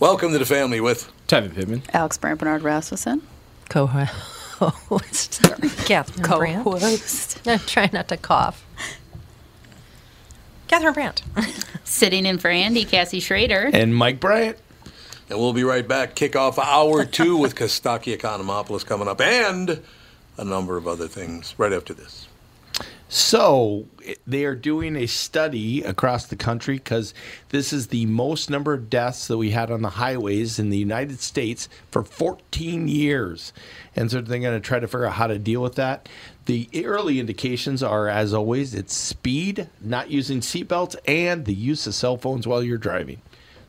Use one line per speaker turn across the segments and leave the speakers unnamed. Welcome to the family with
Tevin Pittman.
Alex Brandt Bernard Rasmussen.
co-host Catherine Brandt.
Co-host.
I'm trying not to cough. Catherine Brandt.
Sitting in for Andy, Cassie Schrader.
And Mike Bryant.
And we'll be right back. Kick off hour two with Kostaki Economopoulos coming up and a number of other things right after this.
So it- they are doing a study across the country because this is the most number of deaths that we had on the highways in the United States for 14 years. And so they're going to try to figure out how to deal with that. The early indications are, as always, it's speed, not using seatbelts, and the use of cell phones while you're driving.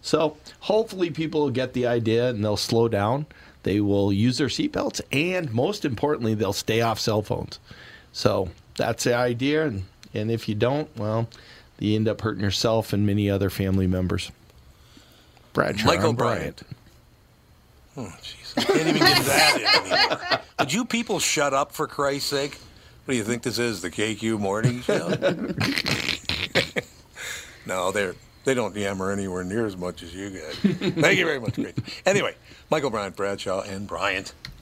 So hopefully people will get the idea and they'll slow down. They will use their seatbelts, and most importantly, they'll stay off cell phones. So that's the idea. And, and if you don't, well, you end up hurting yourself and many other family members. Bradshaw.
Michael
I'm
Bryant. Oh, jeez. I can't even get that in anymore. Would you people shut up for Christ's sake? What do you think this is, the KQ morning show? no, they're they don't yammer anywhere near as much as you guys. Thank you very much, Grace. Anyway, Michael Bryant, Bradshaw, and Bryant.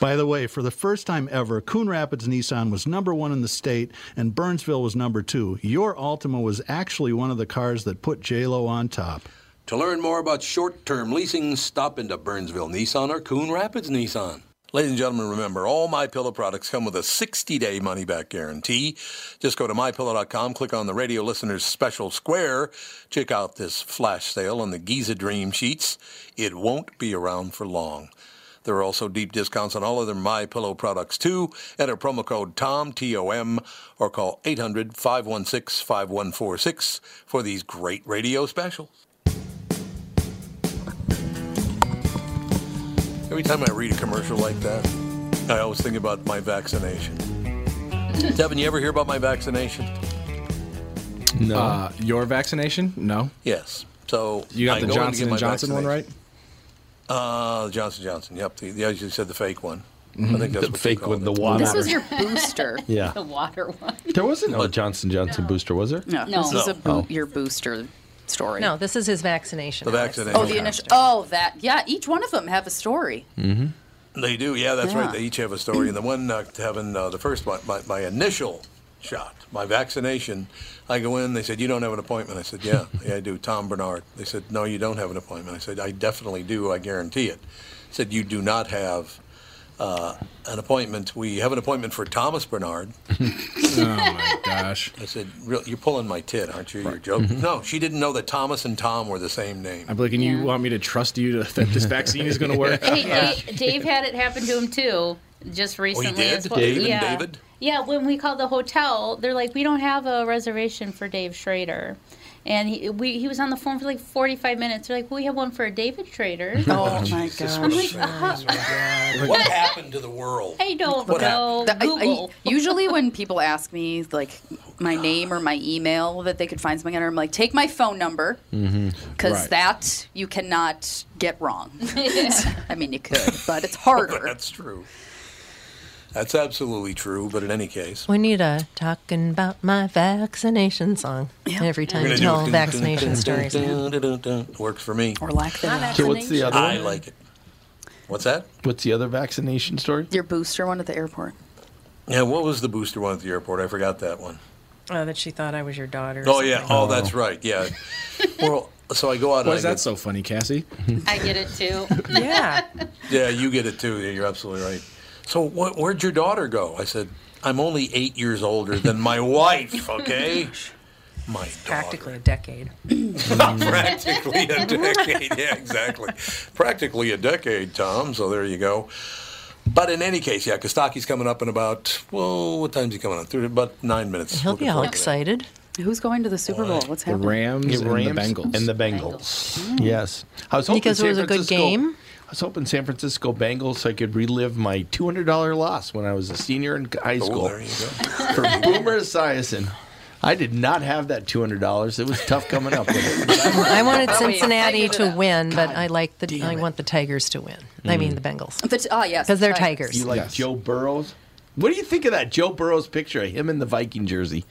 By the way, for the first time ever, Coon Rapids Nissan was number one in the state and Burnsville was number two. Your Altima was actually one of the cars that put JLo on top.
To learn more about short-term leasing, stop into Burnsville Nissan or Coon Rapids Nissan. Ladies and gentlemen, remember all My Pillow products come with a 60-day money-back guarantee. Just go to mypillow.com, click on the radio listener's special square, check out this flash sale on the Giza Dream sheets. It won't be around for long. There are also deep discounts on all other My Pillow products too. Enter promo code TOM T O M or call 800-516-5146 for these great radio specials. Every time I read a commercial like that, I always think about my vaccination. Devin, you ever hear about my vaccination?
Bryant. No.
Uh, your vaccination? No.
Yes. So
You got
I
the
go in to get
Johnson
my
and Johnson one right?
vaccination. Uh, Johnson Johnson. Yep. The, the, as you said, the fake one. I think that's
the
what
fake with the
one.
water.
This was your booster.
yeah.
The water one.
There wasn't a Johnson Johnson booster, was there?
No,
No.
this was a
No.
bo- your booster story.
No, this is his vaccination.
The
Alex.
vaccination.
Oh, the initial. Oh, that. Yeah, each one of them have a story.
They do, yeah, that's right.
Yeah.
They each have a story. And the one uh, having uh, the first one, my, my initial shot, my vaccination, I go in, they said, You don't have an appointment. I said, Yeah, yeah, I do. Tom Bernard. They said, No, you don't have an appointment. I said, I definitely do. I guarantee it. said, You do not have uh, an appointment. We have an appointment for Thomas Bernard.
Oh my gosh.
I said, "Real- You're pulling my tit, aren't you? You're joking. no, she didn't know that Thomas and Tom were the same name.
I'm looking. You
Yeah.
want me to trust you to, that this vaccine is going to work?
Hey, Dave, Dave had it happen to him too, just recently
Oh, did?
as well.
Dave and
yeah.
David?
Yeah, when we called the hotel, they're like, "We don't have a reservation for Dave Schrader," and he we, he was on the phone for like forty five minutes. They're like, "We have one for David Schrader."
Oh, my
Jesus,
gosh.
what, a- what happened to the world?
I don't
What
know.
The- I- I-
Google.
usually, when people ask me like my name or my email that they could find something under, I'm like, take my phone number because
Right.
that you cannot get wrong. I mean, you could, but it's harder.
That's true. That's absolutely true. But in any case,
We need a talking about my vaccination song
Yeah.
every time
we're
you
gonna
tell
do
vaccination stories.
Works for me.
or lack thereof.
Okay, what's the other
I
one?
like it. What's that?
What's the other vaccination story?
Your booster one at the airport.
Yeah, what was the booster one at the airport? I forgot that one.
Oh, that she thought I was your daughter. or
Oh yeah.
something.
Oh, that's right. Yeah. well, so I go out.
Why
and
is
I
that
get-
so funny, Cassie?
I get it too.
Yeah.
Yeah, you get it too. Yeah, you're absolutely right. So wh- where'd your daughter go? I said, I'm only eight years older than my wife. Okay. My dog.
Practically a decade.
Practically a decade. Yeah, exactly. Practically a decade, Tom. So there you go. But in any case, yeah, Kostaki's coming up in about, well, what time's he coming up? Through about nine minutes.
He'll
Looking
be all
forward to that.
excited.
Who's going to the Super Bowl? What's
The
happening?
Rams,
The
and the Bengals.
And the Bengals. Yes. I was hoping
Because it
San
was a good
Francisco-
game.
I was hoping San Francisco Bengals so I could relive my $200 loss when I was a senior in high
Oh,
school
there you go.
for Boomer Esiason. I did not have that $200. It was tough coming up with it.
I wanted
Oh, yeah.
Cincinnati
Tiger it
to
up.
win, but I like the I want the Tigers to win.
Mm.
I mean the Bengals
The t- oh, yes.
because they're
right.
Tigers.
You like Joe Burrows? What do you think of that Joe Burrows picture of him in the Viking jersey?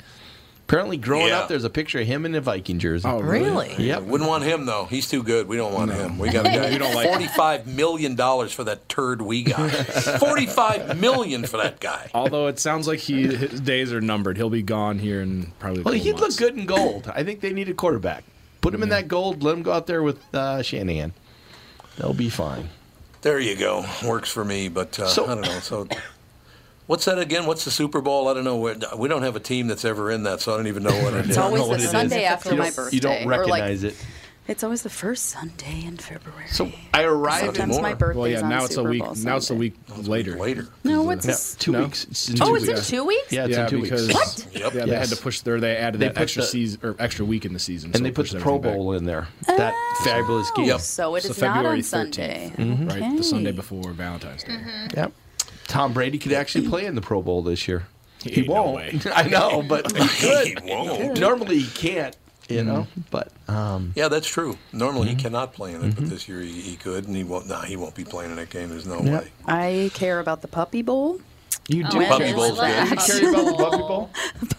Apparently, growing
Yeah.
up, there's a picture of him in a Viking jersey.
Oh,
Really?
Yep.
Wouldn't want him though. He's too good. We don't want him. We got a guy.
We don't like him.
forty-five million dollars for that turd we got. forty-five million for that guy.
Although it sounds like he his days are numbered. He'll be gone here in probably. A
Well,
couple
he'd
months.
look good in gold. I think they need a quarterback. Put him in that gold. Let him go out there with uh, Shanahan. They'll be fine.
There you go. Works for me, but uh,
So-
I don't know. So. What's that again? What's the Super Bowl? I don't know. We're- We don't have a team that's ever in that, so I don't even know what it is.
It's always
know what
the
it is.
Sunday after
You
my
don't-
birthday.
You don't
or, like,
recognize it.
It's always the first Sunday in February.
So I arrived.
Sometimes
sometimes
more. my
my
birthday's
birthday's
Well, yeah.
on
Now it's a
Super
week.
Bowl
Now it's a week later.
Later.
No, it's.
No, two
No?
weeks. It's in
Oh,
two
oh, it's
weeks.
in two weeks.
Yeah, it's
yeah,
in two
because
weeks.
What?
Yep.
Yeah, they had to
Yes.
push their. They added
They
that
put
extra
the-
season or extra week in the season,
And
so
they
it
put
pushed
the Pro
everything back.
Bowl in there. That
Ah.
fabulous game.
Yep.
So it is
So
not
February
on
13th,
Sunday. Mm-hmm.
right? The
Okay.
Sunday
Mm-hmm.
before Valentine's Day.
Yep. Tom Brady could actually play in the Pro Bowl this year. He,
ain't no way.
I know, but he
He
could.
won't.
Normally he can't. You know, but um,
Yeah, that's true. Normally he cannot play in it, but this year he, he could, and he won't. No, he won't be playing in that game. There's no
Yeah.
way.
I care about the Puppy Bowl.
you
Oh,
do.
When
Puppy
is
Bowl's
the
good.
last-
Carry about the Buffy Bowl.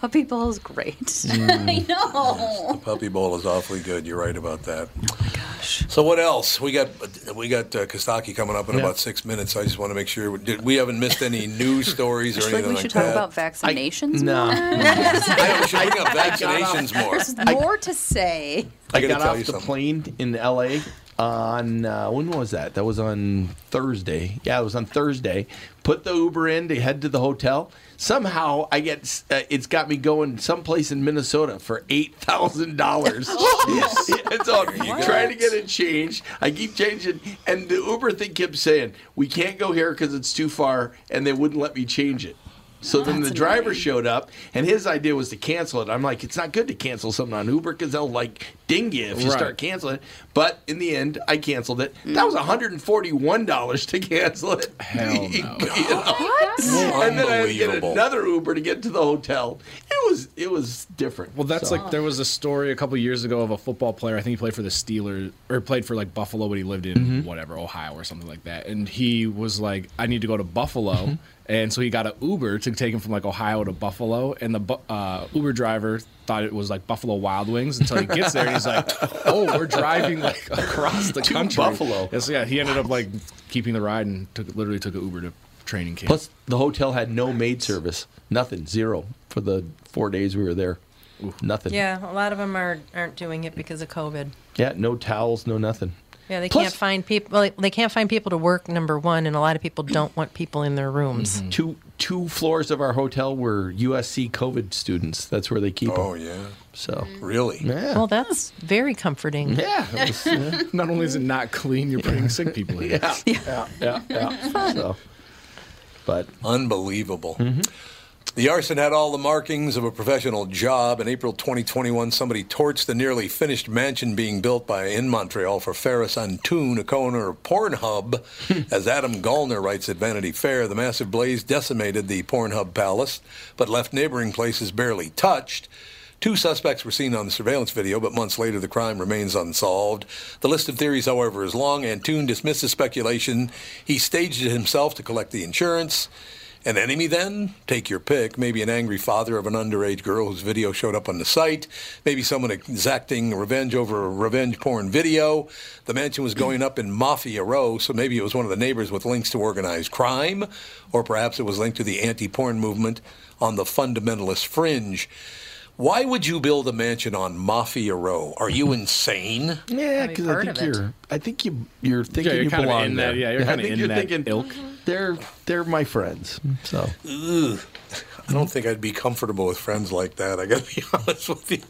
Puppy Bowl is great.
I know.
Puppy Bowl is awfully good. You're right about that. Oh my gosh. So what else? We got we got uh, Kostaki coming up in
Yeah.
about six minutes. I just want to make sure we, did, we haven't missed any news stories or
I feel
anything
like we
like
should talk
that.
about vaccinations.
No.
Yeah, we should bring up vaccinations more.
There's more to say.
I
I,
gotta
got
tell
off
you
the
something.
plane in LA on uh, when was that? That was on Thursday. Yeah, it was on Thursday. Put the Uber in to head to the hotel. Somehow I get s- uh, it's got me going someplace in Minnesota for eight thousand dollars.
Oh,
so I'm trying to get it changed. I keep changing, and the Uber thing kept saying we can't go here because it's too far, and they wouldn't let me change it. So then the
That's
driver
annoying.
showed up, and his idea was to cancel it. I'm like, it's not good to cancel something on Uber because they'll like ding you if you
Right.
start canceling it. But in the end, I canceled it. That was 141 dollars to cancel it.
Hell
You
no.
know? and then I had to get
Unbelievable.
another Uber to get to the hotel. It was it was different.
Well, that's
So-
like there was a story a couple years ago of a football player. I think he played for the Steelers or played for like Buffalo, but he lived in
Mm-hmm.
whatever Ohio or something like that. And he was like, "I need to go to Buffalo,"
Mm-hmm.
and so he got an Uber to take him from like Ohio to Buffalo. And the bu- uh, Uber driver thought it was like Buffalo Wild Wings until he gets there and he's like, "Oh, we're driving like across the
To
country,
Buffalo.
And so, yeah, he ended up like keeping the ride and took literally took an Uber to training camp.
Plus, the hotel had no maid service. Nothing. Zero for the four days we were there. Nothing.
Yeah, a lot of them are aren't doing it because of COVID.
Yeah, no towels, no nothing.
Yeah, they
Plus-
can't find people. Well, they, they can't find people to work. Number one, and a lot of people don't want people in their rooms.
Two two floors of our hotel were USC COVID students. That's where they keep
Oh
them.
yeah,
So
Mm.
really?
yeah,
Well, that's very comforting.
yeah, it was- yeah,
Not only is it not clean, you're putting sick people in.
yeah, yeah, yeah, yeah. So, but
Unbelievable. The arson had all the markings of a professional job. In April 2021, somebody torched the nearly finished mansion being built by in Montreal for Ferris Antoon, a co-owner of Pornhub. As Adam Gallner writes at Vanity Fair, the massive blaze decimated the Pornhub palace, but left neighboring places barely touched. Two suspects were seen on the surveillance video, but months later the crime remains unsolved. The list of theories, however, is long. Antoon dismisses speculation. He staged it himself to collect the insurance. An enemy, then? Take your pick. Maybe an angry father of an underage girl whose video showed up on the site. Maybe someone exacting revenge over a revenge porn video. The mansion was going up in Mafia Row, so maybe it was one of the neighbors with links to organized crime, or perhaps it was linked to the anti porn movement on the fundamentalist fringe. Why would you build a mansion on Mafia Row? Are you insane?
yeah,
be
because I
part
think
of it.
you're, I think you, you're thinking
Yeah, you're
you
kind of
belong
in
there.
that. Yeah, you're
I
kind of
think
in
you're
that
thinking,
ilk.
they're they're my friends. So
I don't think I'd be comfortable with friends like that. I got to be honest with you.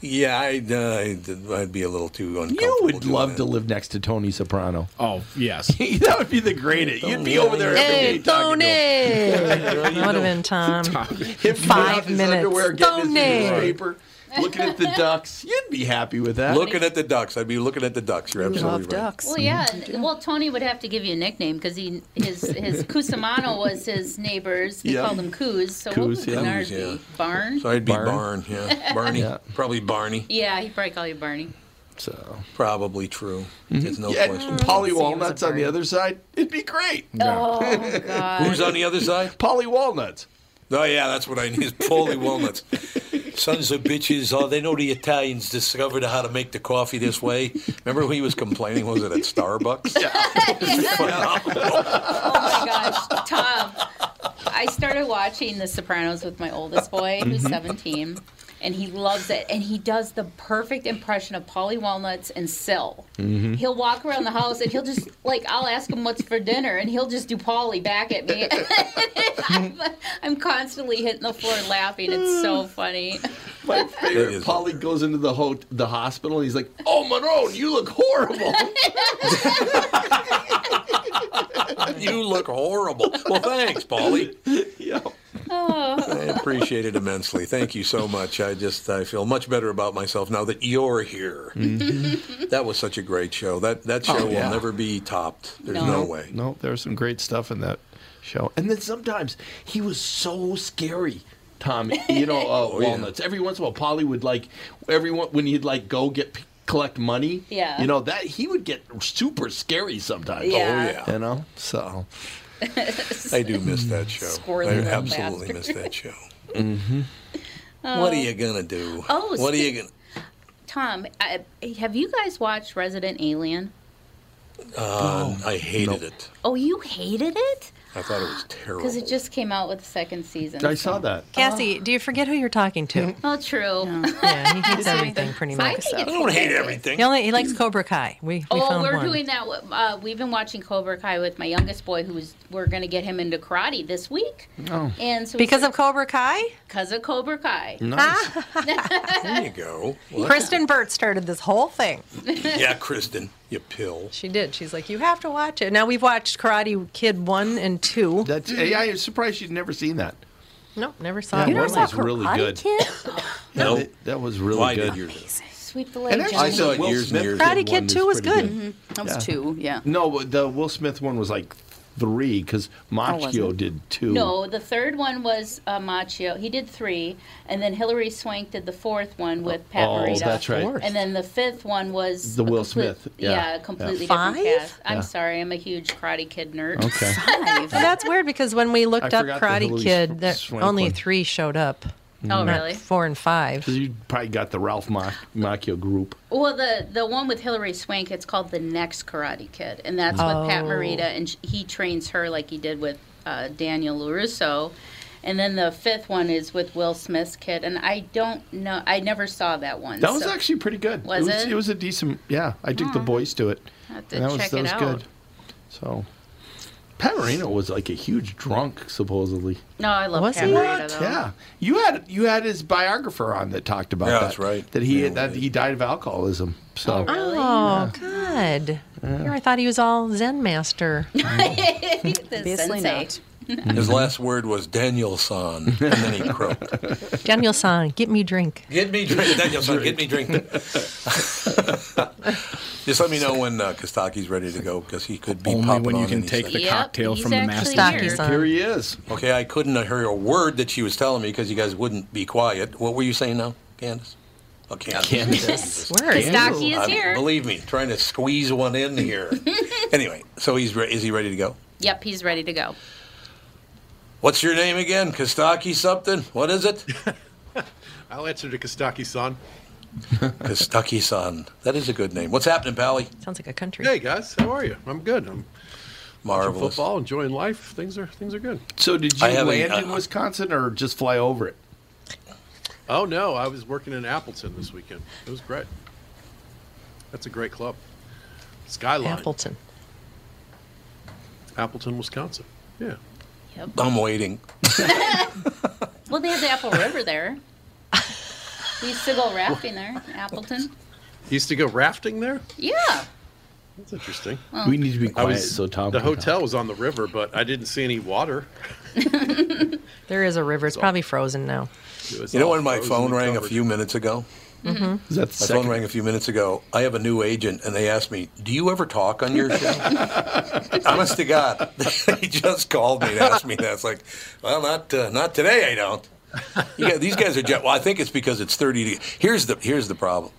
Yeah, I'd, uh, I'd, I'd be a little too uncomfortable.
you would
doing
love
that.
to live next to Tony Soprano.
Oh yes.
that would be the greatest. You'd be
Tony.
over there every day
Hey,
talking
Tony!
to him.
That would have been Mm-hmm. Tom.
Him
Five
out in his
minutes.
Underwear, getting
Tony.
his newspaper, looking at the ducks. You'd be happy with that.
Looking at the ducks. I'd be looking at the ducks. You're absolutely
Love
right.
ducks.
Well, yeah. Well, Tony would have to give you a nickname because he his his Cusimano was his neighbors. They
Yeah.
called him Coos. So what
Coos,
would
yeah.
Bernard
Coos, yeah.
be? Barn.
So I'd be
Barn.
Barn, yeah. Barney.
Yeah.
Probably Barney.
Yeah, he'd probably call you Barney.
so.
Probably true. There's no
Mm-hmm. Yeah,
question.
and Polly
See, it was a
Walnuts on the
bird.
other side. It'd be great.
Oh God.
Who's on the other side?
Polly Walnuts.
Oh yeah, that's what I need is Polly walnuts. Sons of bitches! Oh, they know the Italians discovered how to make the coffee this way. Remember who he was complaining? Was it at Starbucks?
Oh my gosh, Tom. I started watching The Sopranos with my oldest boy, who's
Mm-hmm.
17, and he loves it. And he does the perfect impression of Polly Walnuts and Syl.
Mm-hmm.
He'll walk around the house and he'll just, like, I'll ask him what's for dinner, and he'll just do Polly back at me. I'm, I'm constantly hitting the floor laughing. It's so funny.
My
It
favorite.
is
Polly goes into the ho- the hospital and he's like, "Oh, Monroe, you look horrible."
You look horrible. Well, thanks, Polly.
yeah.
I appreciate it immensely. Thank you so much. I just I feel much better about myself now that you're here.
Mm-hmm.
That was such a great show. That that show
yeah.
will never be topped. There's no,
Oh, No.
way.
No, there was some great stuff in that show. And then sometimes he was so scary. Tom, you know, uh,
yeah.
walnuts. Every once in a while, Polly would like everyone when he'd like go get collect money.
Yeah.
you know that he would get super scary sometimes.
Yeah.
Oh yeah.
you know. So
I do miss that show.
Squirrely
I
little
absolutely
bastard.
miss that show. What are you gonna do?
Mm-hmm. Oh,
what are you
speak-
gonna?
Tom, I, have you guys watched Resident Alien?
um, I hated it.
Oh, you hated it?
I thought it was terrible.
Because it just came out with the second season.
I saw that.
Cassie, do you forget who you're talking to?
Oh, true.
yeah, Mm-hmm. he hates everything pretty
I
much.
think
I
it's
don't hate
hilarious.
everything.
He only he likes Cobra Kai. We, we
Oh,
found
we're
one.
doing that. with- Uh, we've been watching Cobra Kai with my youngest boy, who's we're going to get him into karate this week. Oh. And so
because of Cobra Kai. Ah,
because of Cobra Kai.
Nice.
There you go. Well,
Kristen Burt started this whole thing.
yeah, Kristen, you pill.
She did. She's like, you have to watch it. Now we've watched Karate Kid one and two.
That's yeah. I'm surprised you'd never seen that.
Nope, never saw it.
You
One
never
was-
saw was really good.
Kid?
No,
That, that was really
why
good.
did yours?
Sweep the leg,
And actually,
I
Johnny.
saw it
Will
years
Smith-
and years.
Kid one
Karate Kid
was
two was
pretty
good.
That was two, yeah.
No, but the Will Smith one was like three because Machio
it?
did two.
No, the third one was uh, Machio. He did three, and then Hillary Swank did the fourth one with Pat
Oh,
Morita.
that's right. Fourth.
And then the fifth one was
The
a
Will
complete-
Smith, yeah.
a completely
Yeah.
different
Five?
cast. I'm sorry, I'm a huge Karate Kid nerd.
Okay.
Well, that's weird because when we looked
I
up
forgot the
Karate
Hilary
Kid, that
Swank
only
one.
three showed up.
Oh,
not
really?
Four and five.
You probably got the Ralph Mach- Macchio group.
Well, the the one with Hillary Swank, it's called the Next Karate Kid, and that's with Pat
Oh.
Morita, and sh- he trains her like he did with uh, Daniel Larusso. And then the fifth one is with Will Smith's kid, and I don't know, I never saw that one.
That was
so
actually pretty good.
Was
was,
it?
was a decent. Yeah, I took the boys to it.
I'll have to
And that was
check
that
it
was
out.
good. So, Pat Moreno was like a huge drunk, supposedly.
No, I love
Was
Pat
he?
Morita though.
Yeah, you had you had his biographer on that talked about
Yeah,
that.
that's right.
That he
Yeah,
that
we
he died of alcoholism. So
Oh, good. Here I thought he was all Zen master.
The
Obviously
sensei.
not.
Mm-hmm.
His last word was Daniel San, and then he croaked.
Daniel San, get me drink.
Get me drink, Daniel San. Get me drink. just let me know when uh, Kostaki's ready to go because he could be
Only
popping
when you
on
can
any
take the
second.
Yep,
cocktail
he's
from the
actually
master.
here.
Stocky-san.
here he is.
Okay, I couldn't hear a word that she was telling me because you guys wouldn't be quiet. What were you saying now, Candace? Oh, Candace.
Candace.
Word.
Kostaki is
I-
here.
Believe me, trying to squeeze one in here. anyway, so he's re- is he ready to go?
Yep, he's ready to go.
What's your name again? Kostaki something? What is it?
I'll answer to Kostaki san.
Kostaki san. That is a good name. What's happening, Pally?
Sounds like a country.
Hey guys, how are you? I'm good. I'm watching
Marvelous.
football, enjoying life. Things are things are good.
So did you
I haven't-
land in
uh,
Wisconsin or just fly over it?
Oh no, I was working in Appleton this weekend. It was great. That's a great club. Skyline.
Appleton.
Appleton, Wisconsin. Yeah.
Yep.
I'm waiting.
Well, they have the Apple River there. We used to go rafting there, in Appleton.
You used to go rafting there?
Yeah.
That's interesting.
We need to be
I
quiet
was
so Tom.
The
can talk.
hotel was on the river, but I didn't see any water.
There is a river. It's probably frozen now.
It Oh, was
You know
all
when my
frozen
phone
and
rang a
covered.
few minutes ago?
Is that the
My
second?
phone rang a few minutes ago. I have a new agent, and they asked me, "Do you ever talk on your show?" Honest to God, they just called me and asked me that. It's like, well, not uh, not today. I don't. You guys, these guys are. Jet- well, I think it's because it's thirty. De- here's the here's the problem,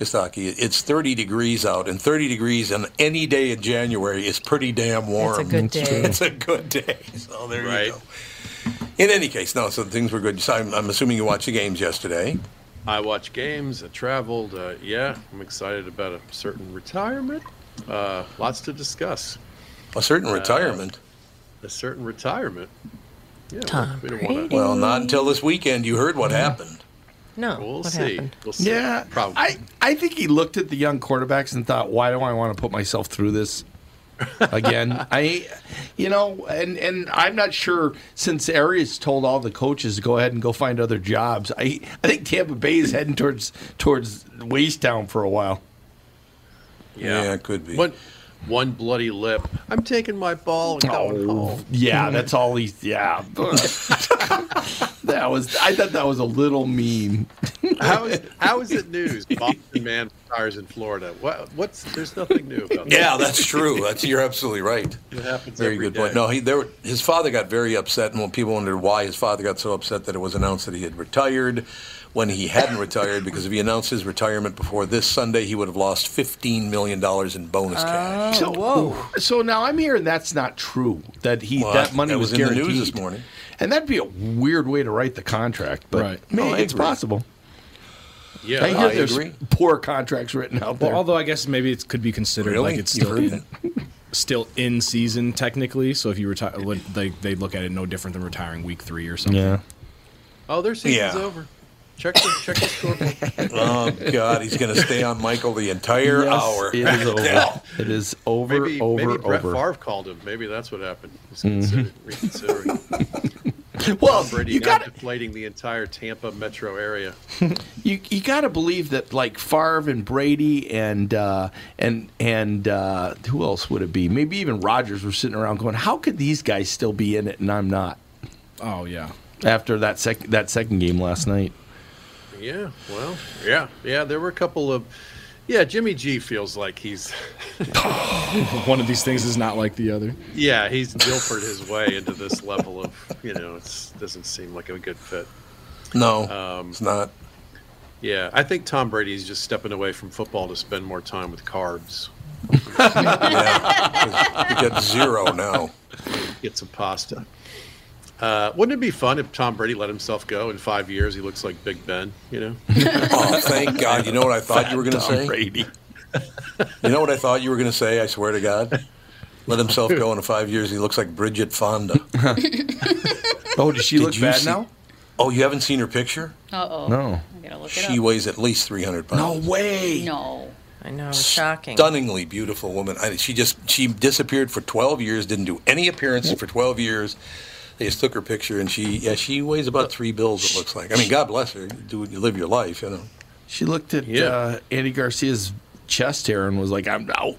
Kostaki. It's thirty degrees out, and thirty degrees on any day in January is pretty damn warm.
It's a good day.
It's a good day. So there
Right.
you go. In any case, no. So things were good. So I'm, I'm assuming you watched the games yesterday.
I watch games. I traveled. Uh, yeah, I'm excited about a certain retirement. Uh, lots to discuss.
A certain retirement.
A certain retirement. Yeah,
Tom
we don't want to.
Well, not until this weekend. You heard what happened.
No.
We'll
what
see.
happened?
We'll see.
Yeah,
probably.
I I think he looked at the young quarterbacks and thought, "Why do I want to put myself through this again?" I, you know, and and I'm not sure since Arias told all the coaches to go ahead and go find other jobs. I I think Tampa Bay is heading towards towards waste town for a while.
Yeah, it could be.
One, one bloody lip. I'm taking my ball and going
Oh.
home.
Mm-hmm.
Yeah, that's all he. Yeah, that was. I thought that was a little mean.
How is, how is it news? Boston man retires in Florida. What, what's there's nothing new about that.
Yeah, that's true. That's you're absolutely right.
It happens
Very
every
good
day.
point. No, he there. were- His father got very upset, and when people wondered why his father got so upset that it was announced that he had retired, when he hadn't retired, because if he announced his retirement before this Sunday, he would have lost fifteen million dollars in bonus cash.
So, so now I'm hearing that's not true. That he
Well,
that money
that
was,
was in the news
guaranteed
this morning.
and that'd be a weird way to write the contract. But
Right.
man,
No, I
it's
agree.
possible.
Yeah, Oh,
I hear
I
there's
agree.
poor contracts written out there.
Well, although I guess maybe it could be considered
Really?
like it's
You've
still
heard
in, still in season technically. So if you retire, would- like they look at it no different than retiring week three or something.
yeah,
Oh, their season's
Yeah.
over. Check the check the scoreboard.
Oh God, he's going to stay on Michael the entire
Yes,
hour.
It is over. it is over.
Maybe
over.
maybe Brett
over. Mm-hmm.
Favre called him. Maybe that's what happened. He's considered, reconsidering.
well,
Brady
you
now
got
deflating the entire Tampa metro area.
you, you got to believe that like Favre and Brady and uh, and and uh, who else would it be? Maybe even Rogers were sitting around going, "How could these guys still be in it and I'm not?"
Oh yeah.
After that sec- that second game last night.
Yeah, well, yeah, yeah. There were a couple of. Yeah, Jimmy G feels like he's.
One of these things is not like the other.
Yeah, he's Dilford his way into this level of. You know, it doesn't seem like a good fit.
No,
Um,
it's not.
Yeah, I think Tom Brady's just stepping away from football to spend more time with carbs.
Yeah, he got zero now.
Get some pasta. Uh, wouldn't it be fun if Tom Brady let himself go in five years? He looks like Big Ben, you know?
Oh, thank God! You know what I thought you were going to
Tom
say?
Brady.
You know what I thought you were going to say? I swear to God. Let himself go in five years. He looks like Bridget Fonda.
Oh, does she
Did
look
you
bad
see-
now?
Oh, you haven't seen her picture?
Uh oh.
No.
I gotta look
She
it up.
weighs at least 300
No
pounds.
way.
no.
I know. Shocking.
Stunningly beautiful woman. I, she just she disappeared for 12 years. Didn't do any appearances for 12 years. They just took her picture, and she yeah she weighs about three bills. It looks like. I mean, God bless her. You Do you live your life? You know.
She looked at
Yeah.
uh, Andy Garcia's chest hair and was like, "I'm out."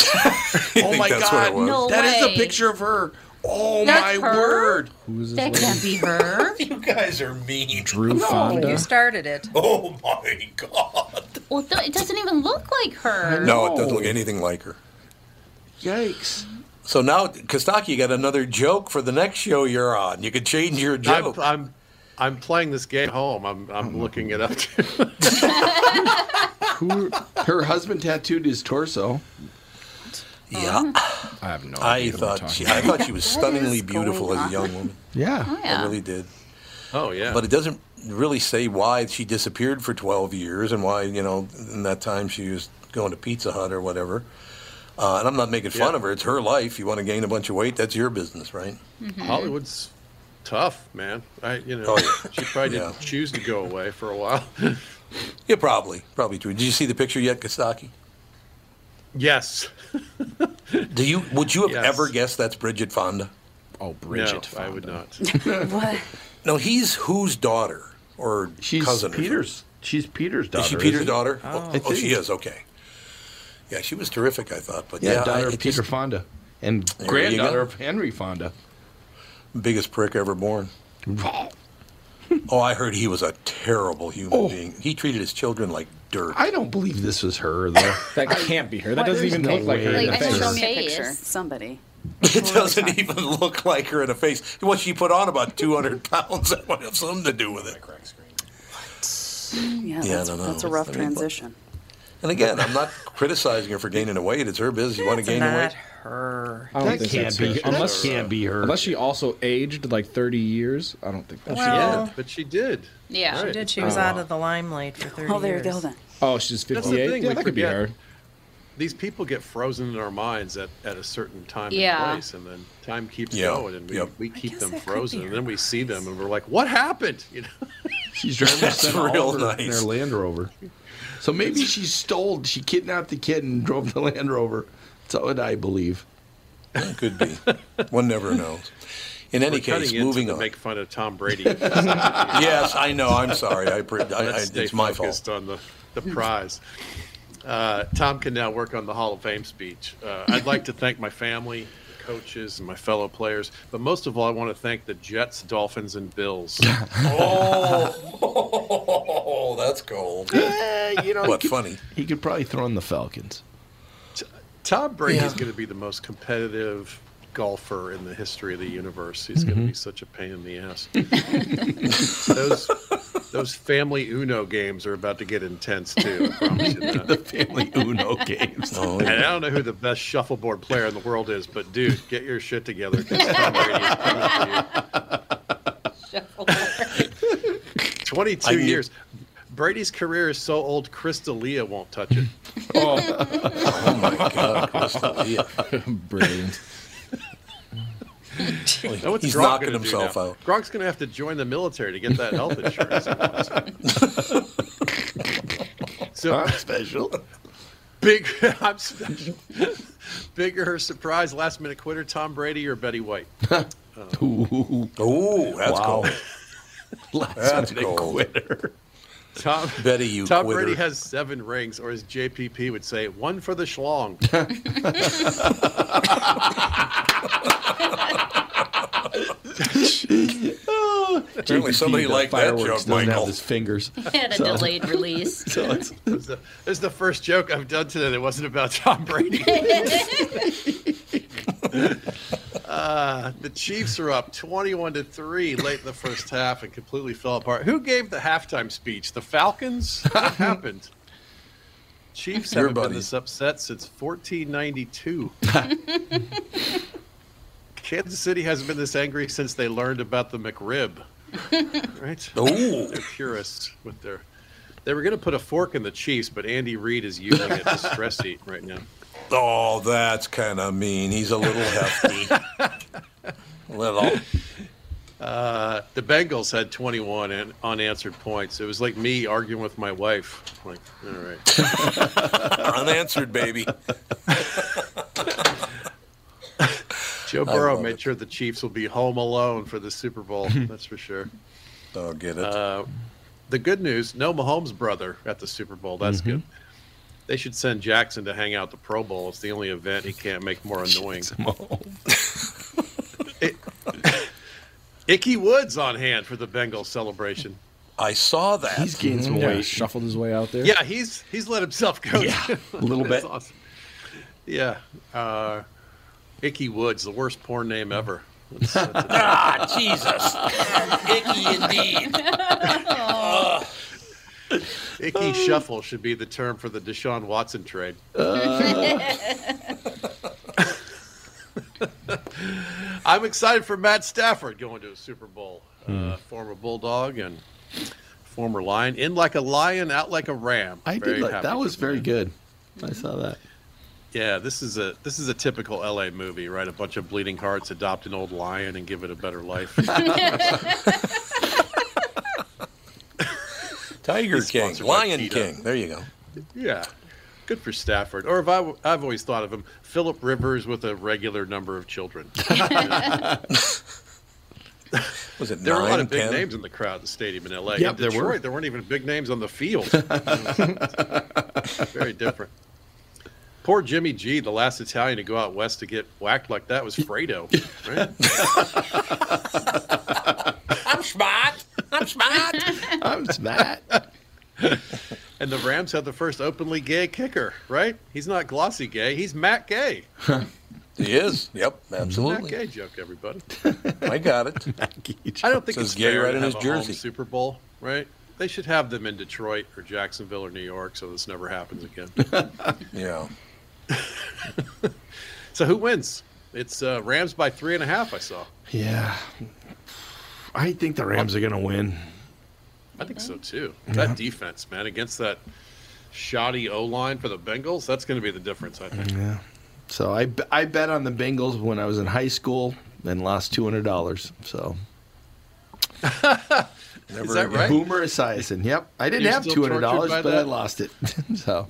oh
think
my
that's what it
God!
was?
No
that is
way.
a picture of her. Oh
That's
my
her?
word!
That can't be her.
You guys are mean.
Drew Fonda.
You started it.
Oh my God.
well, th- it doesn't even look like her.
No, it doesn't look anything like her.
Yikes!
So now, Kostaki, you got another joke for the next show you're on. You could change your
I'm,
joke. Mm-hmm.
I'm, I'm playing this game at home. I'm, I'm looking it up.
Who, her husband tattooed his torso.
yeah,
I have no
I
idea. what we're
thought
talking
she,
about.
I thought she was stunningly
is
beautiful
going
as a young woman.
Yeah.
Oh, yeah.
I really did.
oh, yeah.
But it doesn't really say why she disappeared for 12 years and why, you know, in that time she was going to Pizza Hut or whatever. Uh, and I'm not making fun
Yeah.
of her. It's her life. You want to gain a bunch of weight, that's your business, right?
Hollywood's tough, man. I, you know,
Oh, yeah.
she probably didn't
Yeah.
choose to go away for a while.
Yeah, probably. Probably true. Did you see the picture yet, Kostaki?
yes.
Do you? Would you have
Yes.
ever guessed that's Bridget Fonda?
Oh,
No,
Bridget.
I
Fonda.
would not.
What?
No, he's whose daughter or
She's
cousin? or
Peter's. She's Peter's
something?
daughter.
Is she
isn't
Peter's
it?
daughter?
Oh.
Oh,
I
oh, she
think.
is. Okay. Yeah, she was terrific. I thought, but
Yeah,
yeah,
daughter
I,
of
it
Peter
just-
Fonda and
There you
granddaughter
go.
of Henry Fonda.
biggest prick ever born. Oh, I heard he was a terrible human
Oh.
being. He treated his children like dirt.
I don't believe this was her though.
That can't be her. That
Why,
doesn't
there's
even
no
look like her.
way
in
Like,
the
I
face.
don't
show
know.
me a picture.
Face.
Somebody.
It doesn't
fine.
even look like her in the face. What she put on about 200 pounds, that might have something to do with it.
Yeah,
I
that's,
don't know.
that's a rough
I mean, but-
transition.
And again, I'm not criticizing her for gaining the weight. It's her business. You want to
It's
gain the
not
weight?
her.
I don't
That
think
can't
that's
be.
her.
Her.
Unless,
that can't be her.
unless she also aged like 30 years. I don't think that's
Well-
Yeah, but she did.
Oh. Yeah.
Right.
She did. She was out of the limelight for 30
Oh, there you
years.
go then.
Oh, she's
That's the
58.
thing,
yeah,
we
that could be
forget.
her.
These people get frozen in our minds at, at a certain time
Yeah.
and place, and then time keeps
Yeah,
going, and we,
yep.
we
guess
keep them
that could be
frozen,
her
and then we see them, and we're like, "What happened?" You know.
She's driving
That's
Stena
real
Oliver in
nice.
their Land Rover. So maybe she stole, she kidnapped the kid and drove the Land Rover. That's what I believe.
It could be. One never knows. In any
We're cutting
case,
into
moving
the
on.
Make fun of Tom Brady. Let's
Yes, I know. I'm sorry. I, pre- I, I,
stay
it's my fault.
focused on the the prize. Uh, Tom can now work on the Hall of Fame speech. Uh, I'd like to thank my family, the coaches, and my fellow players, but most of all, I want to thank the Jets, Dolphins, and Bills.
Oh, that's cold.
you know,
What funny?
he could probably throw in the Falcons.
Tom Brady is
Yeah.
going to be the most competitive golfer in the history of the universe. He's going to be such a pain in the ass. those those family Uno games are about to get intense too. I promise you that.
Family Uno games.
Oh,
And I
yeah.
don't know who the best shuffleboard player in the world is, but dude, get your shit together. 'cause Tom Brady is coming for you.
I
Twenty-two
knew-
years. Brady's career is so old, Chris D'Elia won't touch it.
oh my God, Crystal. Yeah.
Brilliant.
Now, what's
Oh, He's
Gronk
knocking
gonna do
himself
now?
out.
Gronk's going to have to join the military to get that health insurance. he wants. so
special.
Big, I'm special. Bigger surprise last minute quitter, Tom Brady or Betty White?
Ooh,
Ooh, that's
Wow.
cold.
last
That's
minute
cold.
quitter.
Tom,
Betty, you
Tom
quitter.
Brady has seven rings, or as JPP would say, one for the schlong.
Apparently somebody liked that joke,
doesn't
Michael.
Have his fingers.
Had a delayed release.
So it's,
This is the- this is the first joke I've done today that wasn't about Tom Brady. uh, the Chiefs are up 21 to 3 late in the first half and completely fell apart. Who gave the halftime speech? The Falcons? What happened? Chiefs
Your
haven't been
buddies.
this upset since 1492. Kansas City hasn't been this angry since they learned about the McRib. Right?
Ooh.
they're purists with their. They were going to put a fork in the Chiefs, but Andy Reid is using it to stress eat right now.
Oh, that's kind of mean. He's a little hefty. little.
Uh, the Bengals had 21 and unanswered points. It was like me arguing with my wife. Like, all right.
Unanswered, baby.
Joe Burrow
love
made
it.
sure the Chiefs will be home alone for the Super Bowl. that's for sure.
Oh, get it.
The good news: no Mahomes brother at the Super Bowl. That's
Mm-hmm.
good. They should send Jackson to hang out the Pro Bowl. It's the only event he can't make more annoying. Icky Woods on hand for the Bengals celebration.
I saw that.
he's gained some
Mm-hmm. Yeah,
weight.
shuffled his way out there.
Yeah, he's he's let himself go.
Yeah, a little
That's
bit.
awesome. Yeah. Uh, Icky Woods, the worst porn name ever. That's- that's a-
ah, Jesus. Icky indeed.
Icky
Um,
Shuffle should be the term for the Deshaun Watson trade.
Uh.
I'm excited for Matt Stafford going to a Super Bowl.
Hmm.
Uh, former Bulldog and former Lion. In like a lion, out like a ram.
I
Very
did like
happy
that. Was
for
very
Matt.
good. I saw that.
Yeah, this is a this is a typical LA movie, right? A bunch of bleeding hearts adopt an old lion and give it a better life.
Tiger King.
sponsored by
Lion
PETA.
King. There you go.
yeah. Good for Stafford. Or if I, w- I've always thought of him, Philip Rivers with a regular number of children.
Was it
There were a lot
nine,
of big
10?
names in the crowd at the stadium in LA.
Yep,
in
there were.
Detroit, there weren't even big names on the field. Very different. Poor Jimmy G, the last Italian to go out west to get whacked like that was Fredo. Right?
I'm smart. I'm smart.
I'm smart.
and the Rams had the first openly gay kicker, right? He's not glossy gay, he's Matt Gay.
he is. Yep,
Matt
absolutely.
Gay joke, everybody.
I got it.
I don't think
Says
it's
gay
fair
right
to
in
have
his
a home
jersey.
Super Bowl, right? They should have them in Detroit or Jacksonville or New York, so this never happens again.
Yeah.
so who wins? It's uh, Rams by three and a half. I saw.
Yeah. I think the Rams are going to win.
I think so too. That defense, man, against that shoddy O line for the Bengals, that's going to be the difference. I think.
Yeah. So I, b- I bet on the Bengals when I was in high school and lost $200. So
Never
that
again.
right?
Boomer Esiason. Yep. I didn't
You're
have
still tortured
$200,
by
but I
that?
lost it. so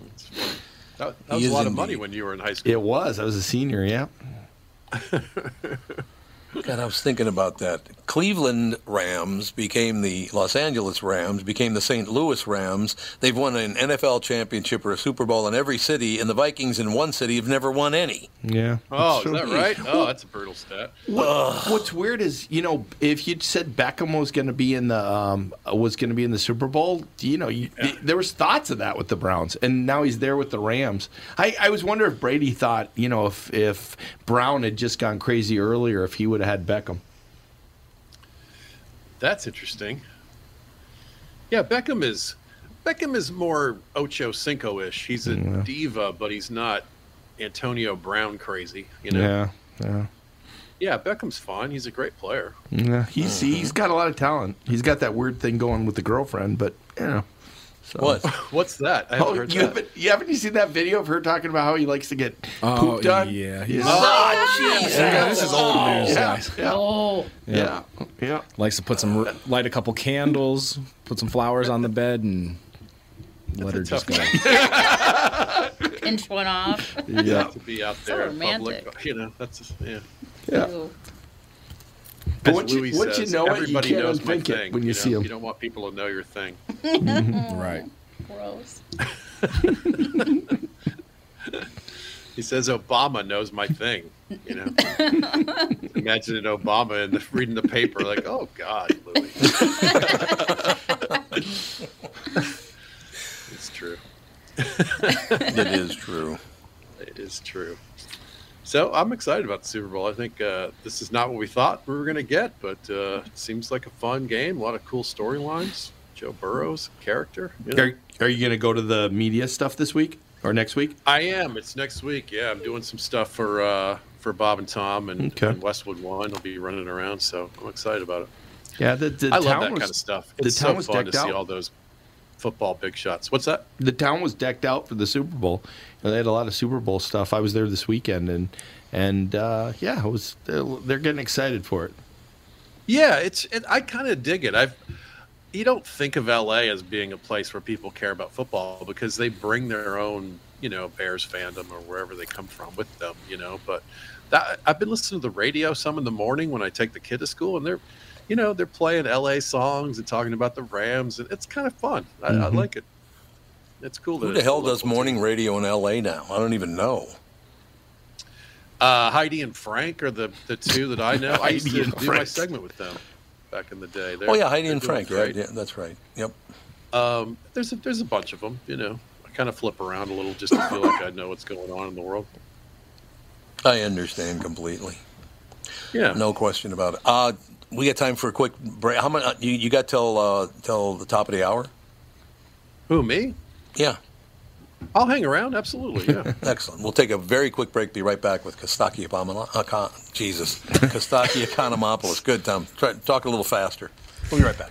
That, that
He
was a
is
lot of money
indeed.
when you were in high school.
it was. I was a senior. Yeah.
God, I was thinking about that. Cleveland Rams became the Los Angeles Rams, became the St. Louis Rams. They've won an NFL championship or a Super Bowl in every city, and the Vikings in one city have never won any.
Yeah.
Oh,
That's
is that
true.
right? Oh, that's a brutal stat.
What, what's weird is you know if you'd said Beckham was going to be in the um, was going to be in the Super Bowl, you know you, th- there was thoughts of that with the Browns, and now he's there with the Rams. I, I was wondering if Brady thought you know if if Brown had just gone crazy earlier, if he would have had Beckham.
That's interesting. Yeah, Beckham is Beckham is more Ocho Cinco ish. He's a diva, but he's not Antonio Brown crazy. You know. Yeah.
yeah,
Beckham's fine. He's a great player.
yeah. He's he's got a lot of talent. He's got that weird thing going with the girlfriend, but you know. So.
What?
What's that? I haven't
Oh,
heard
you
that.
haven't, you haven't you seen that video of her talking about how he likes to get
Oh,
pooped on?
yeah.
yeah.
Oh,
Yeah, this is old news.
yeah,
guys.
yeah.
Oh,
Yeah. Yeah.
Likes to put some light a couple candles, put some flowers on the bed, and let her
That's a
just go.
tough
pinch one off.
Yeah.
to be out there in public.
romantic.
You know, that's yeah.
Ooh.
But
As
once you,
Louis
once you
says,
know it, you
everybody
can't
knows my
unthink
thing.
it when you,
you
see
know?
him.
You don't want people to know your thing.
Right.
Gross.
He says Obama knows my thing. You know, imagine an Obama and reading the paper like, "Oh God, Louis." it's true.
it is true.
It is true. So I'm excited about the Super Bowl. I think uh, this is not what we thought we were going to get, but uh, it seems like a fun game. A lot of cool storylines. Joe Burrow's character. you know?
Are, are you going to go to the media stuff this week or next week?
I am. It's next week. Yeah, I'm doing some stuff for uh, for Bob and Tom and,
Okay.
and Westwood One. I'll be running around, so I'm excited about it.
Yeah, the, the
I
town
love that
was
kind of stuff.
the
It's
town
so
was
fun to
decked
see
out.
all those football big shots. What's that?
the town was decked out for the Super Bowl. And they had a lot of Super Bowl stuff. I was there this weekend, and and uh, yeah, it was they're, they're getting excited for it.
Yeah, it's. It, I kind of dig it. I've. You don't think of LA as being a place where people care about football because they bring their own, you know, Bears fandom or wherever they come from with them, you know. But that I've been listening to the radio some in the morning when I take the kid to school, and they're, you know, they're playing LA songs and talking about the Rams, and it's kind of fun. I, I like it. It's cool. That
Who the
it's
hell
local
does
too.
morning radio in L.A. now? I don't even know.
Uh, Heidi and Frank are the, the two that I know. I used
Heidi
to do
and
my
Frank.
segment with them back in the day. They're-
Oh yeah, Heidi
they're
and
doing
Frank. Right?
great.
Yeah, that's right. Yep.
Um, there's a, there's a bunch of them. You know, I kind of flip around a little just to feel like I know what's going on in the world.
I understand completely.
Yeah.
No question about it. Uh, we got time for a quick break. How much? You, you got till uh, till the top of the hour?
Who me?
Yeah.
I'll hang around. Absolutely. Yeah.
Excellent. We'll take a very quick break. Be right back with Kostaki uh, Economopoulos. Jesus. Kostaki Economopoulos. Good, Tom. Try, talk a little faster. We'll be right back.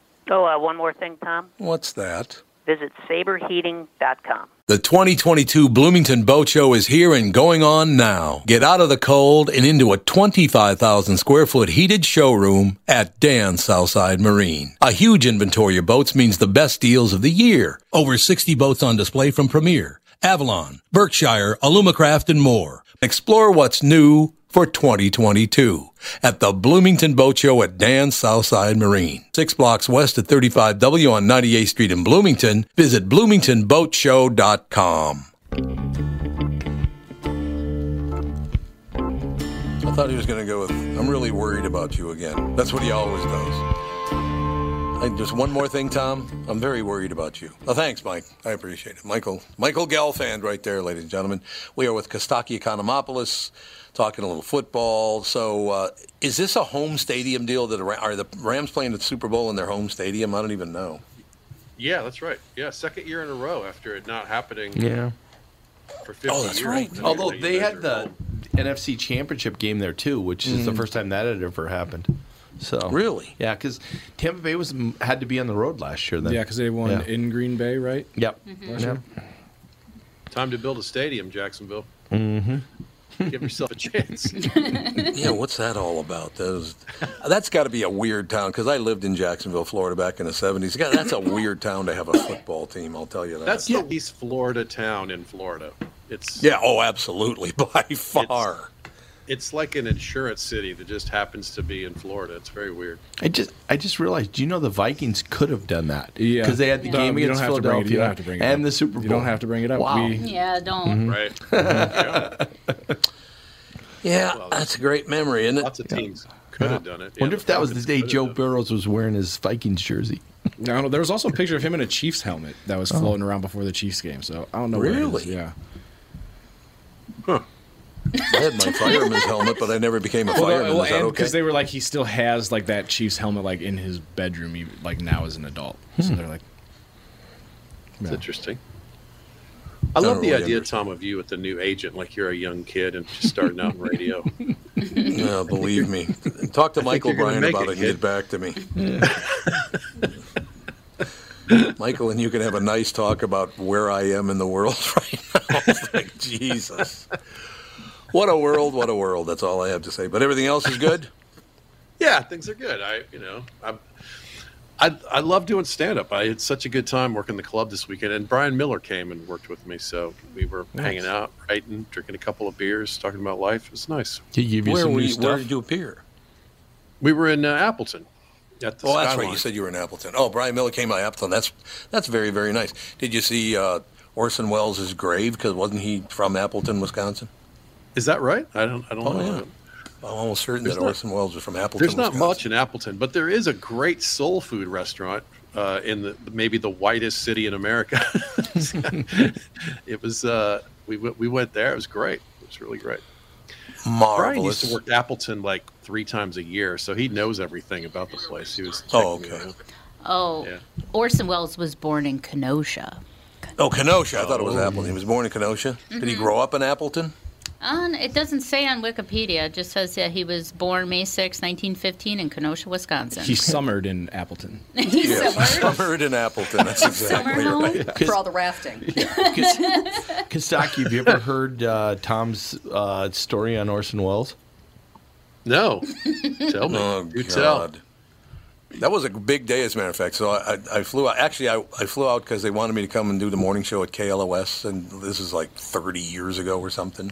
Oh, uh, one more thing, Tom.
What's that?
Visit saberheating.com.
The 2022 Bloomington Boat Show is here and going on now. Get out of the cold and into a 25,000 square foot heated showroom at Dan's Southside Marine. A huge inventory of boats means the best deals of the year. Over 60 boats on display from Premier, Avalon, Berkshire, Alumacraft, and more. Explore what's new for 2022 at the Bloomington Boat Show at Dan's Southside Marine. Six blocks west of 35W on 98th Street in Bloomington. Visit bloomingtonboatshow.com. I thought he was going to go with, I'm really worried about you again. That's what he always does. And just one more thing, Tom. I'm very worried about you. Oh, thanks, Mike. I appreciate it. Michael, Michael Gelfand right there, ladies and gentlemen. We are with Kostaki Economopoulos talking a little football. So, uh, is this a home stadium deal that the Ra- are the Rams playing the Super Bowl in their home stadium? I don't even know.
Yeah, that's right. Yeah, second year in a row after it not happening
Yeah.
for 50
Oh, that's
years.
right.
Now
Although
you
they had
measure
the
home.
NFC Championship game there too, which is
Mm.
the first time that had ever happened. So
Really?
yeah, because Tampa Bay was mm, had to be on the road last year. Then
Yeah, Mm-hmm. because they won
Yeah.
in Green Bay, right?
Yep.
Last year?
Time to build a stadium, Jacksonville. Mm-hmm. Give yourself a chance.
Yeah, what's that all about? That is, that's got to be a weird town because I lived in Jacksonville, Florida, back in the '70s. God, that's a weird town to have a football team. I'll tell you that.
That's the least Florida town in Florida. It's
yeah. Oh, absolutely, by far.
it's like an insurance city that just happens to be in Florida. It's very weird.
I just I just realized. Do you know the Vikings could have done that?
Yeah.
Because they had the
No,
game
you don't
against
have to bring it- you
Philadelphia
don't have to bring it
and
up.
the Super Bowl.
You don't have to bring it up.
Wow.
We-
Yeah, don't.
Mm-hmm.
Right.
yeah, that's a great memory, isn't it?
Lots of teams could have done it. Yeah,
Wonder if that was the
Falcons
day
could have
Joe
done it.
Burrows was wearing his Vikings jersey.
I don't know. There was also a picture of him in a Chiefs helmet that
Oh.
was floating around before the Chiefs game. So I don't know. where it is.
Really?
Yeah.
I had my fireman's helmet, but I never became a fireman. Is that okay?
because they were like, he still has like that Chiefs helmet like in his bedroom, even, like now as an adult.
Hmm.
So they're like,
It's interesting. Oh, I
don't
love the
really
idea,
understand.
Tom, of you with the new agent, like you're a young kid and just starting out in radio.
Yeah, believe me. Talk to Michael
you're gonna
Bryan
make
about it,
it,
and get
kid.
back to me. Michael and you can have a nice talk about where I am in the world right now. It's like, Jesus. What a world, what a world. That's all I have to say. But everything else is good?
yeah, things are good. I, you know, I'm, I, I love doing stand up. I had such a good time working the club this weekend, and Brian Miller came and worked with me. So we were hanging out, writing, drinking a couple of beers, talking about life. It was nice.
Did you give you
Where,
some
were
new
you- where
stuff?
did you appear?
We were in uh, Appleton. At the
Oh, that's right.
Skyline.
You said you were in Appleton. Oh, Brian Miller came by Appleton. That's that's very, very nice. Did you see uh, Orson Welles' grave? Because wasn't he from Appleton, Wisconsin?
Is that right? I don't. I don't
Oh,
know.
yeah. I'm almost certain that
not-
Orson Welles was from Appleton,
There's not
Wisconsin.
much in Appleton, but there is a great soul food restaurant uh, in the maybe the whitest city in America. it was uh, we went- we went there. It was great. It was really great. Brian
Marvelous.
used to work at Appleton like three times a year, so he knows everything about the place. He was
Oh,
checking it
okay.
out.
Oh,
Yeah.
Orson Welles was born in Kenosha.
Oh, Kenosha. I thought it was Appleton. He was born in Kenosha. Did he grow up in Appleton?
On it doesn't say on Wikipedia. It just says that he was born May 6, 1915, in Kenosha, Wisconsin.
he summered in Appleton.
He's somewhere.
Summered in Appleton. That's exactly
Summer
right.
For all the rafting.
Kostaki, have you ever heard uh, Tom's uh, story on Orson Welles?
No, tell me.
Oh,
you tell.
God. That was a big day, as a matter of fact. So I, I, I flew out. Actually, I, I flew out because they wanted me to come and do the morning show at KLOS, and this is like 30 years ago or something.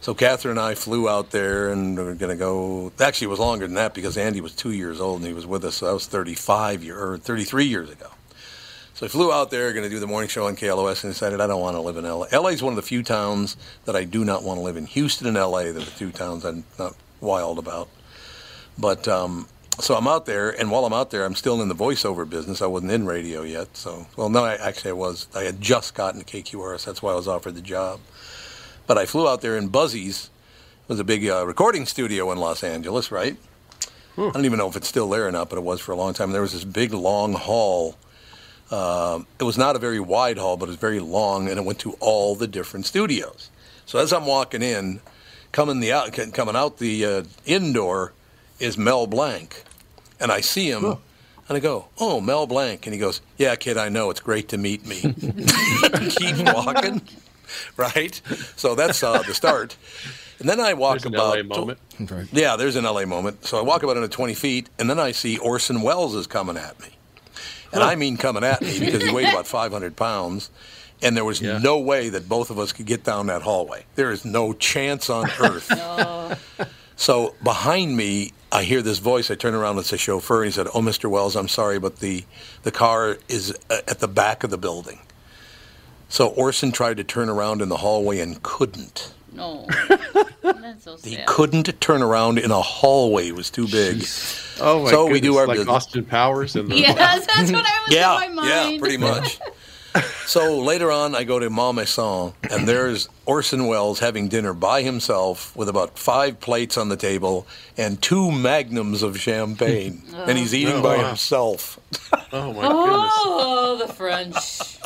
So Catherine and I flew out there, and we were going to go. Actually, it was longer than that because Andy was two years old and he was with us. So that was 35 year or 33 years ago. So I flew out there, going to do the morning show on KLOS, and decided I don't want to live in LA. LA is one of the few towns that I do not want to live in. Houston and LA, they're the two towns I'm not wild about. But um, so I'm out there, and while I'm out there, I'm still in the voiceover business. I wasn't in radio yet, so well, no, I, actually I was. I had just gotten to KQRS, that's why I was offered the job. But I flew out there in Buzzies. It was a big uh, recording studio in Los Angeles, right? I don't even know if it's still there or not, but it was for a long time. There was this big long hall. Um, it was not a very wide hall, but it was very long, and it went to all the different studios. So as I'm walking in, coming the out, coming out the uh, indoor is Mel Blanc, and I see him, and I go, "Oh, Mel Blanc," and he goes, "Yeah, kid, I know. It's great to meet me." Keeps walking, right? So that's uh, the start. And then I walk
There's an
about
LA moment.
yeah, there's an LA moment. So I walk about another 20 feet, and then I see Orson Welles is coming at me. And I mean coming at me because he weighed about 500 pounds, and there was
Yeah.
no way that both of us could get down that hallway. There is no chance on earth. So behind me, I hear this voice. I turn around. It's a chauffeur. He said, "Oh, Mr. Wells, I'm sorry, but the the car is uh, at the back of the building." So Orson tried to turn around in the hallway and couldn't.
No, that's so
He
sad.
couldn't turn around in a hallway. It was too big.
Oh my
So we do
goodness,
our
like
business.
Austin Powers and the
Yes, that's what I was
yeah,
in my mind.
yeah, pretty much. so later on, I go to Malmaison, and there's Orson Welles having dinner by himself with about five plates on the table and two magnums of champagne, and he's eating by himself.
Oh my
Oh, the French.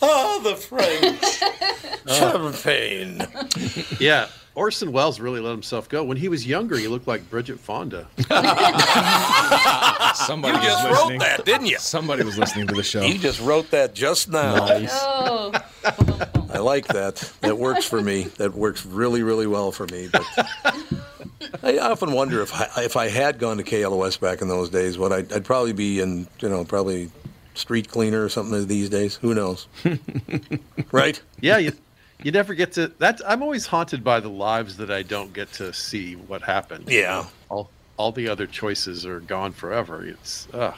Oh, the French champagne!
goodness. Yeah. Orson Welles really let himself go. When he was younger, he looked like Bridget Fonda.
Somebody
You
was
just
listening.
wrote that, didn't you?
Somebody was listening to the show.
You just wrote that just now.
Oh,
I like that. That works for me. That works really, really well for me. But I often wonder if I, if I had gone to KLOS back in those days, what I'd, I'd probably be in, you know, probably street cleaner or something these days. Who knows? right?
Yeah, you, you never get to that. I'm always haunted by the lives that I don't get to see what happened. you
Yeah.
know? all all the other choices are gone forever. It's uh,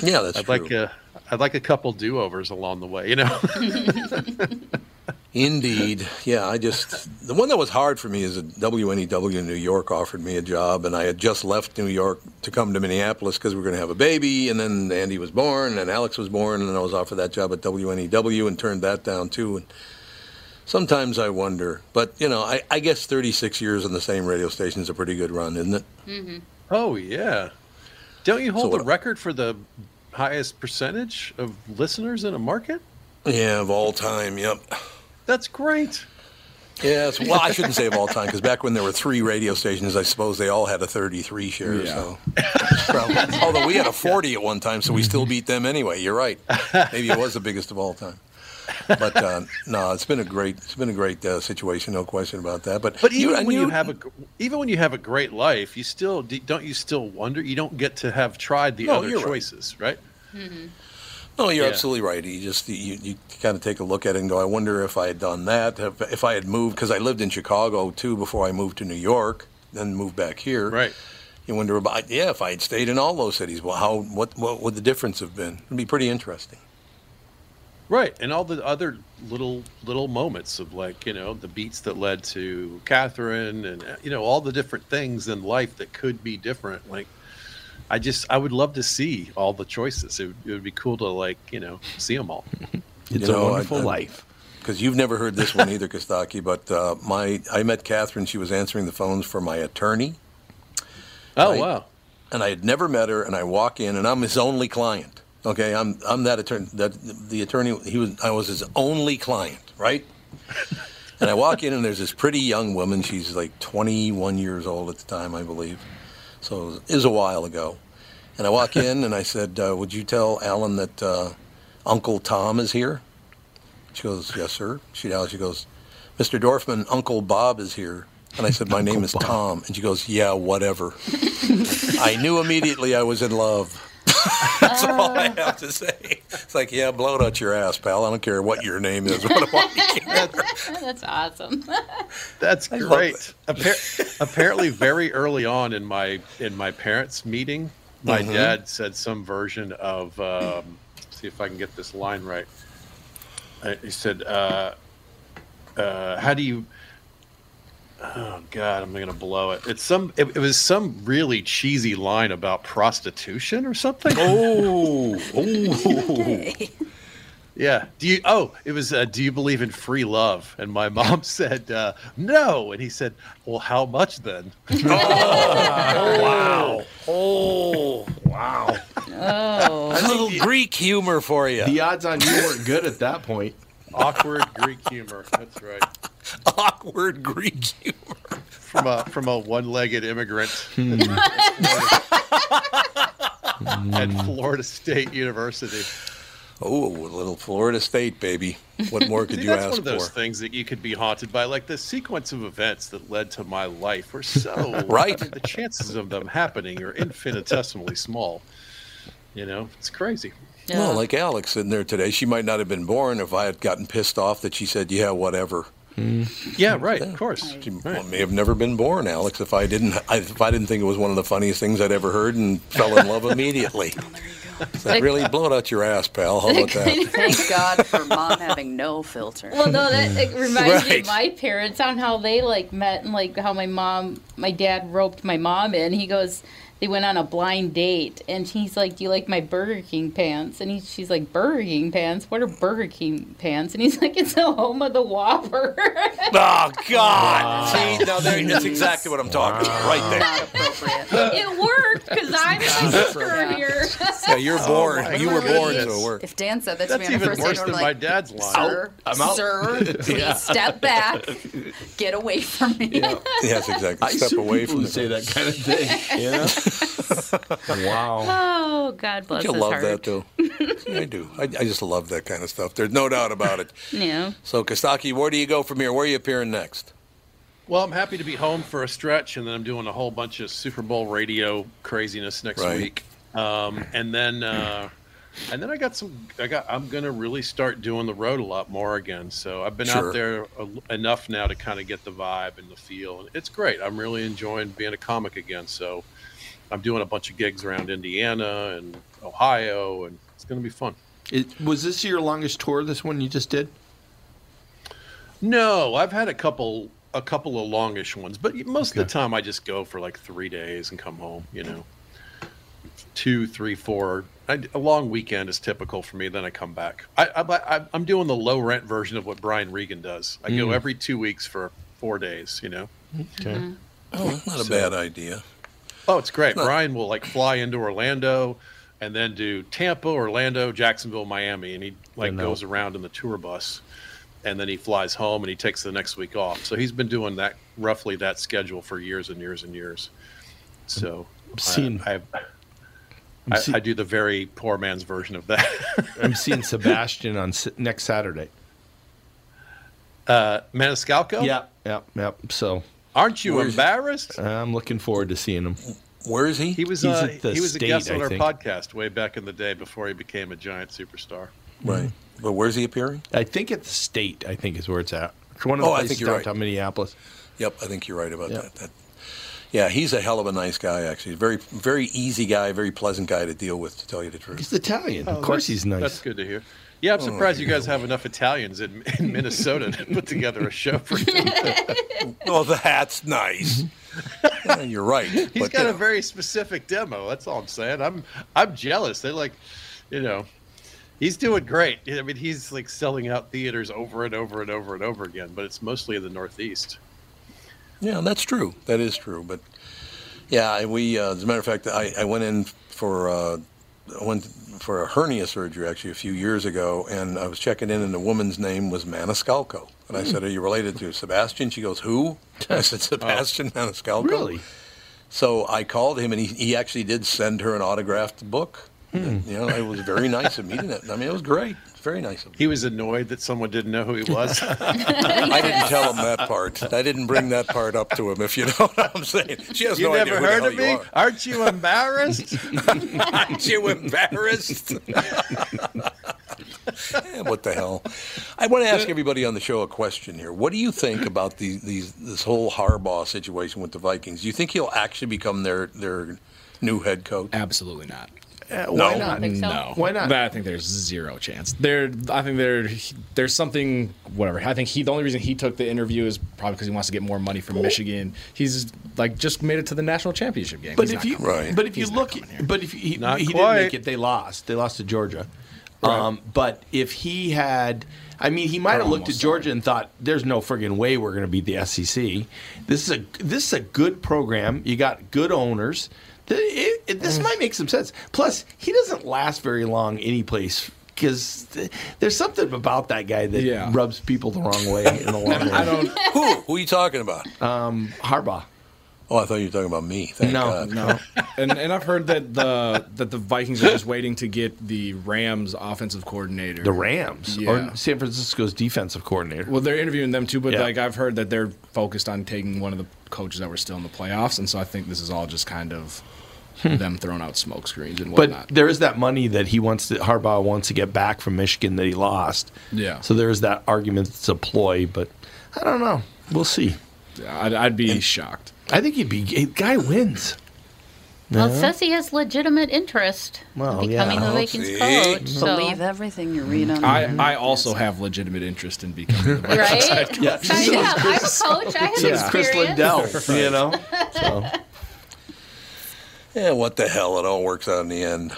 Yeah, that's
I'd
true.
like a I'd like a couple do overs along the way. You know,
Indeed. Yeah, I just the one that was hard for me is that WNEW in New York offered me a job, and I had just left New York to come to Minneapolis because we were going to have a baby, and then Andy was born, and Alex was born, and I was offered that job at WNEW and turned that down too. And sometimes I wonder, but you know, I, I guess 36 years on the same radio station is a pretty good run, isn't it?
oh yeah, don't you
So
hold the
what-
record for the highest percentage of listeners in a market?
Yeah, of all time. Yep.
That's great.
Yes. Well, I shouldn't say of all time because back when there were three radio stations, I suppose they all had a 33 share.
Yeah.
So, Probably. although we had a 40 at one time, so we still beat them anyway. You're right. Maybe it was the biggest of all time. But uh, no, it's been a great, it's been a great uh, situation, no question about that. But
But even
I
when you
knew-
have a gr- even when you have a great life, you still d- don't you still wonder you don't get to have tried the
No,
other
you're right.
choices, right?
No, Oh, you're
Yeah.
absolutely right. You just you, you kind of take a look at it and go, I wonder if I had done that, if, if I had moved because I lived in Chicago too before I moved to New York, then moved back here.
Right.
You wonder about yeah, if I had stayed in all those cities, well, how what what would the difference have been? It'd be pretty interesting.
Right, and all the other little little moments of like you know the beats that led to Catherine, and uh, you know all the different things in life that could be different. Like, I just I would love to see all the choices. It, would- it would be cool to like you know see them all.
You
It's a
know, I-
wonderful
I-
life.
Because you've never heard this one either, Kostaki. But uh, my I met Catherine. She was answering the phones for my attorney.
Oh
Right.
wow,
and I had never met her. And I walk in, and I'm his only client. Okay, I'm I'm that attorney. That the attorney he was I was his only client, right? and I walk in, and there's this pretty young woman. She's like 21 years old at the time, I believe. So it was, it was a while ago. And I walk in, and I said, uh, "Would you tell Alan that uh, Uncle Tom is here?" She goes, "Yes, sir." She now she goes, "Mr. Dorfman, Uncle Bob is here." And I said, "My name is Tom." And she goes, "Yeah, whatever." I knew immediately I was in love. That's all I have to say. It's like, yeah, blow it out your ass, pal. I don't care what your name is. What about
That's awesome.
That's
love
great. Appar- apparently, very early on in my in my parents' meeting, my
Mm-hmm.
dad said some version of um, see if I can get this line right. Uh, he said, uh, uh, "How do you?" Oh God, I'm gonna blow it. It's some. It, it was some really cheesy line about prostitution or something.
Oh, oh.
Yeah. Do you? Oh, it was. Uh, do you believe in free love? And my mom said uh, no. And he said, "Well, how much then?"
wow. Oh, wow.
Oh,
A little Greek humor for you.
The odds on you weren't good at that point.
Awkward Greek humor. That's right.
awkward Greek humor.
From a from a one-legged immigrant
Hmm.
at Florida State University.
Oh, a little Florida State, baby. What more could
See,
you
that's one
ask
of those
for?
things that you could be haunted by. Like the sequence of events that led to my life were so
Right.
I mean, the chances of them happening are infinitesimally small. You know, it's crazy.
Well, like Alex sitting there today, she might not have been born if I had gotten pissed off that she said, "Yeah, whatever." Hmm.
Yeah, right. Of course.
She may have never been born, Alex, if I didn't I, if I didn't think it was one of the funniest things I'd ever heard and fell in love immediately. So
Like-
really blow it out your ass, pal. How about that?
Thank God for mom having no filter.
Well, no, that it reminds me
Right.
of my parents on how they like met and like how my mom, my dad roped my mom in. He goes, they went on a blind date, and he's like, "Do you like my Burger King pants?" And he, she's like, "Burger King pants? What are Burger King pants?" And he's like, "It's the home of the Whopper."
Oh God! See, now there, that's exactly what I'm talking about, right there.
Not appropriate.
it worked because I'm my sister are here.
Yeah, you're born.
Oh my
you were born,
goodness.
so it worked.
If Dan said that to
That's
me on the
even
first date,
worse than
we're
my
like,
dad's line.
sir, sir, please step back. Get away from me.
Yes, exactly. Step
sue
away
people
from
who
the-
say that kind of thing. yeah. wow.
Oh, God bless
You
his
love
heart.
that though. Yeah, I do. I, I just love that kind of stuff. There's no doubt about it.
Yeah.
So Kostaki, where do you go from here? Where are you appearing next?
Oh, Well, I'm happy to be home for a stretch, and then I'm doing a whole bunch of Super Bowl radio craziness next
Right.
week. Um, and then, uh, and then I got some. I got. I'm gonna really start doing the road a lot more again. So I've been
Sure.
out there a, enough now to kind of get the vibe and the feel. And it's great. I'm really enjoying being a comic again. So I'm doing a bunch of gigs around Indiana and Ohio, and it's gonna be fun.
It, was this your longest tour? This one you just did?
No, I've had a couple a couple of longish ones, but most of the time I just go for like three days and come home. You know, two, three, four. I, a long weekend is typical for me. Then I come back. I, I, I I'm doing the low rent version of what Brian Regan does. I go every two weeks for four days. You know.
Okay.
Oh, that's not a bad idea.
Oh, it's great. Brian will like fly into Orlando and then do Tampa, Orlando, Jacksonville, Miami, and he like
Dunno.
goes around in the tour bus and then he flies home and he takes the next week off. So he's been doing that roughly that schedule for years and years and years. So I-
seeing-
I, I,
see-
I do the very poor man's version of that.
I'm seeing Sebastian on s- next Saturday.
Uh, Maniscalco?
Yep. Yep. Yep. So
Aren't you
Where's-
embarrassed?
I'm looking forward to seeing him.
Where is he?
He was
He's
uh,
at the
he was
state,
a guest
I
on our
think.
podcast way back in the day before he became a giant superstar.
right. But where's he appearing?
I think at the state. I think is where it's at. It's one of the
Oh, I
places
think you're right.
downtown Minneapolis.
Yep, I think you're right about
Yeah.
that. that. Yeah, he's a hell of a nice guy. Actually, very very easy guy, very pleasant guy to deal with. To tell you the truth.
He's Italian. of
Oh,
course,
that's-
he's nice.
That's good to hear. Yeah,
Oh,
I'm surprised you guys have enough Italians in, in Minnesota to put together a show for him.
Well, that's nice. Yeah, you're right.
Mm-hmm. He's
but,
got
you
a
know,
very specific demo. That's all I'm saying. I'm I'm jealous. They like, you know, he's doing great. I mean, he's like selling out theaters over and over and over and over again. But it's mostly in the Northeast.
Yeah, that's true. That is true. But yeah, I- we uh, as a matter of fact, I, I went in for uh, I went for a hernia surgery actually a few years ago, and I was checking in, and the woman's name was Maniscalco, and I said, "Are you related to Sebastian?" She goes, "Who?" I said, "Sebastian Maniscalco."
Really?
So I called him, and he, he actually did send her an autographed book. You know, it was very nice of meeting it. I mean, it was great. It's very nice of him.
He was annoyed that someone didn't know who he was.
I didn't tell him that part. I didn't bring that part up to him. If you know what I'm saying, she has
you
no idea
never
who the
heard
hell
of me?
you are.
Aren't you embarrassed?
Aren't you embarrassed? Eh, what the hell? I want to
Uh,
ask everybody on the show a question here. What do you think about these, these this whole Harbaugh situation with the Vikings? Do you think he'll actually become their their new head coach?
Absolutely not.
Uh,
No.
why not?
think so.
No,
Why not?
But I think there's zero chance. There, I think there, there's something. Whatever. I think he. The only reason he took the interview is probably because he wants to get more money from Michigan. He's like just made it to the national championship game.
But
He's
if
not
you,
coming.
Right.
but if you
He's not
look,
coming here.
but if he, he
Not
didn't
quite.
make it, they lost. They lost to Georgia. Um, but if he had, I mean, he might have looked at
almost
Georgia and thought, "There's no friggin' way we're going to beat the SEC. This is a this is a good program. You got good owners. Th- it- it-
Mm.
this might make some sense. Plus, he doesn't last very long any place." Because there's something about that guy that
Yeah.
rubs people the wrong way in the long
I
run.
don't.
Who? Who are you talking about?
Harbaugh.
oh, I thought you were talking about me. Thank
No,
God.
no.
and and I've heard that the that the Vikings are just waiting to get the Rams offensive coordinator.
The Rams
Yeah.
or San Francisco's defensive coordinator.
Well, they're interviewing them too, but
Yeah.
like I've heard that they're focused on taking one of the coaches that were still in the playoffs, and so I think this is all just kind of them throwing out smoke screens and
Hmm. But
whatnot.
there is that money that he wants to Harbaugh wants to get back from Michigan that he lost.
Yeah.
So there is that argument that's a ploy, but I don't know. We'll see.
I'd, I'd be shocked.
I think he'd be the guy wins.
Well, it says he has legitimate interest
Well,
in
yeah.
becoming the
Well,
Vikings
see?
coach. So.
Believe everything you read on
I,
the
Mm-hmm.
I also have legitimate interest in becoming. the Vikings.
Right?
Yeah.
Sign me up. I'm a coach. I have
So it's Chris
experience.
Lindell, you know. So
Yeah, Eh, what the hell? It all works out in the end.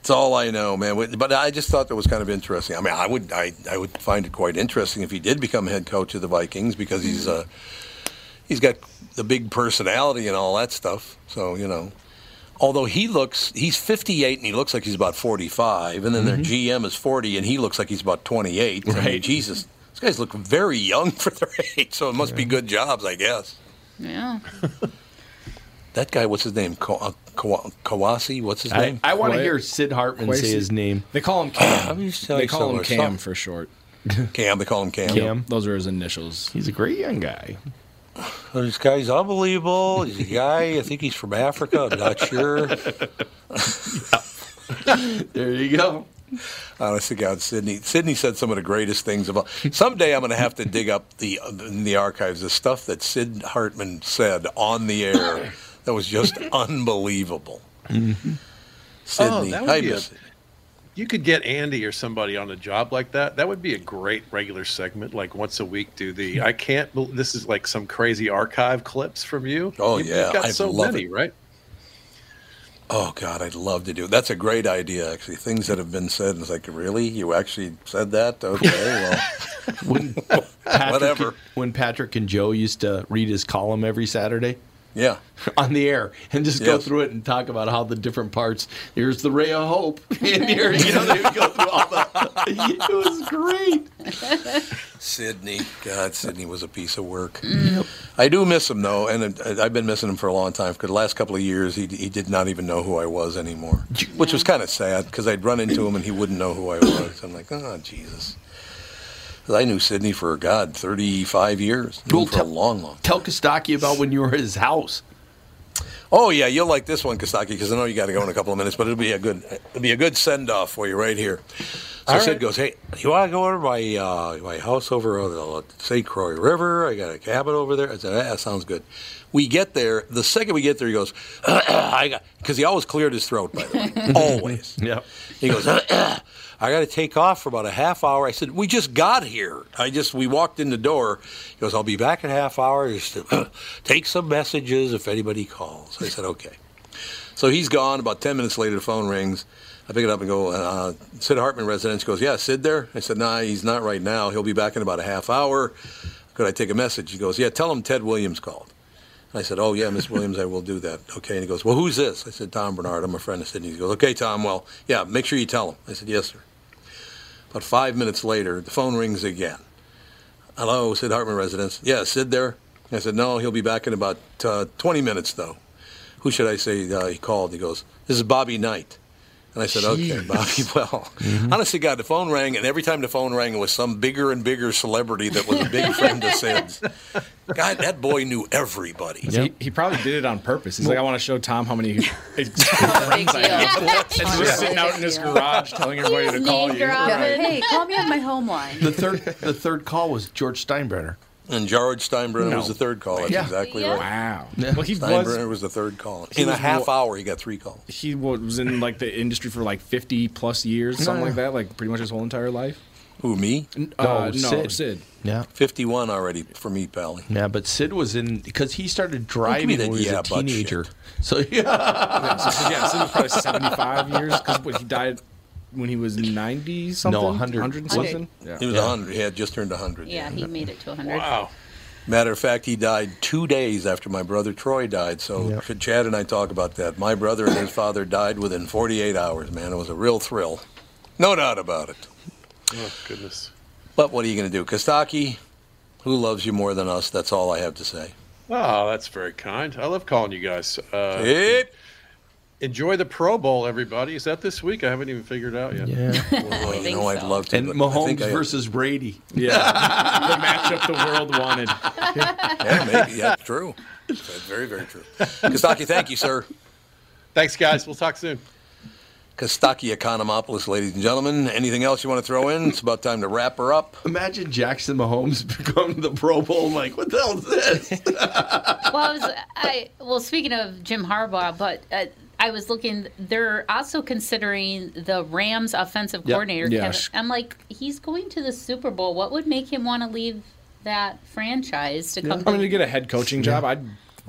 It's all I know, man. Wait, But I just thought that was kind of interesting. I mean, I would, I, I would find it quite interesting if he did become head coach of the Vikings because he's,
Mm-hmm.
uh, he's got the big personality and all that stuff. So you know, although he looks, he's 58 and he looks like he's about 45, and then their GM is 40 and he looks like he's about 28. I mean,
Mm-hmm. Right.
Jesus, these guys look very young for their age. So it must be good jobs, I guess.
Yeah.
That guy, what's his name? Ka- Ka- Kawasi? What's his
I,
name?
I want to
Quay-
hear Sid Hartman say
Quayce-
his name.
They call him
I'm
Cam.
just telling
They
you
call
so
him
much
Cam
stuff.
for short.
Cam. They call him Cam.
Cam.
Those are his initials.
He's a great young guy.
Oh, This guy's unbelievable. He's a guy. I think he's from Africa. I'm not sure.
There you go.
Honestly, God, Sydney. Sydney said some of the greatest things about. Someday I'm going to have to dig up the in the archives the stuff that Sid Hartman said on the air. That was just unbelievable. Mm-hmm. Sydney,
Oh, that would
I
be a-
miss it.
You could get Andy or somebody on a job like that. That would be a great regular segment. Like once a week, do the I can't. bel- This is like some crazy archive clips from you.
Oh,
You-
yeah,
you've got
I
so
love
many,
it.
right?
Oh God, I'd love to do. It. That's a great idea, actually. Things that have been said, and it's like, really, you actually said that? Okay, well,
When Patrick,
Whatever.
When Patrick and Joe used to read his column every Saturday.
yeah.
on the air and just go
Yes.
through it and talk about how the different parts. Here's the ray of hope, and here you know they would go through all the. It was great.
Sydney, God, Sydney was a piece of work. I do miss him though, and uh, I've been missing him for a long time. Because the last couple of years, he he did not even know who I was anymore, which was kind of sad. Because I'd run into him and he wouldn't know who I was. I'm like, oh Jesus. 'Cause I knew Sydney for God, 35 years, Knew him
Well,
for a
tell-
long, long.
Tell Kostaki about when you were at his house.
Oh yeah, you'll like this one, Kostaki, because I know you got to go in a couple of minutes, but it'll be a good, it'll be a good send off for you right here. So
All
Sid
right.
goes, "Hey, you want to go over to my uh, my house over on the St. Croix River? I got a cabin over there." I said, "That sounds good." We get there. The second we get there, he goes, "I got," because he always cleared his throat. By the way, always.
Yeah.
He goes, "Uh, I got to take off for about a half hour. I said, we just got here. I just, we walked in the door. He goes, I'll be back in a half hour. Just to uh, take some messages if anybody calls. I said, okay. So he's gone. About 10 minutes later, the phone rings. I pick it up and go, uh, Sid Hartman residence. She goes, yeah, Sid there? I said, nah, he's not right now. He'll be back in about a half hour. Could I take a message? He goes, yeah, tell him Ted Williams called. I said, "Oh yeah, Miss Williams, I will do that." Okay, and he goes, "Well, who's this?" I said, "Tom Bernard. I'm a friend of Sydney." He goes, "Okay, Tom. Well, yeah, make sure you tell him." I said, "Yes, sir." About five minutes later, the phone rings again. Hello, Sid Hartman residence. Yeah, Sid there. I said, "No, he'll be back in about uh, 20 minutes, though." Who should I say uh, he called? He goes, "This is Bobby Knight." And I said, okay, Bobby, well, honestly, God, the phone rang, and every time the phone rang, it was some bigger and bigger celebrity that was a big friend of Sid's. God, that boy knew everybody.
He, he probably did it on purpose. He's like, I want to show Tom how many friends
Big
I
deal.
have.
Honestly,
And he's just sitting out in his
big deal.
garage telling everybody to call
name
you.
dropping.
Right.
Hey, call me on my home line.
The third, the third call was George Steinbrenner.
And George Steinbrenner was the third call. That's
Yeah.
exactly
Yeah.
right.
Wow. Well, he was
Steinbrenner was the third call. In a
was
half
more-
hour, he got three calls.
he wa- was in like the industry for like 50 plus years, something
yeah.
like that, like pretty much his whole entire life.
Who, me?
uh, no,
Sid.
Sid.
Yeah.
51 already for me, Pally.
Yeah, but Sid was in because he started
give me
driving
that
when he was
yeah,
a
but
teenager. So yeah,
Yeah, so, yeah, Sid was probably 75 years because he died when he was 90 something.
100.
100 and something. Yeah.
He was
Yeah.
100. He had just turned 100.
Yeah, he made it to 100.
Wow.
Matter of fact, he died two days after my brother Troy died. So
Yep.
Chad and I talk about that. My brother and his father died within 48 hours, man. It was a real thrill. No doubt about it.
Oh, goodness.
But what are you going to do? Kostaki, who loves you more than us? That's all I have to say.
Oh, that's very kind. I love calling you guys. Uh,
Yep.
Enjoy the Pro Bowl, everybody. Is that this week? I haven't even figured it out yet.
Well, you
think
know, I'd
so.
love to.
and
but I
Mahomes
think I-
versus Brady.
Yeah. the matchup the world wanted.
Yeah, maybe. That's true. That's very, very true. Kostaki, thank you, sir.
Thanks, guys. We'll talk soon.
Kostaki Economopoulos, ladies and gentlemen. Anything else you want to throw in? It's about time to wrap her up.
Imagine Jackson Mahomes becoming the Pro Bowl. like, what the hell is this?
well, I was, I well speaking of Jim Harbaugh, but uh, I was looking. They're also considering the Rams' offensive coordinator.
Yeah,
Kevin.
sh-
I'm like, he's going to the Super Bowl. What would make him want to leave that franchise to come?
I
to
mean, to get a head coaching job, I'd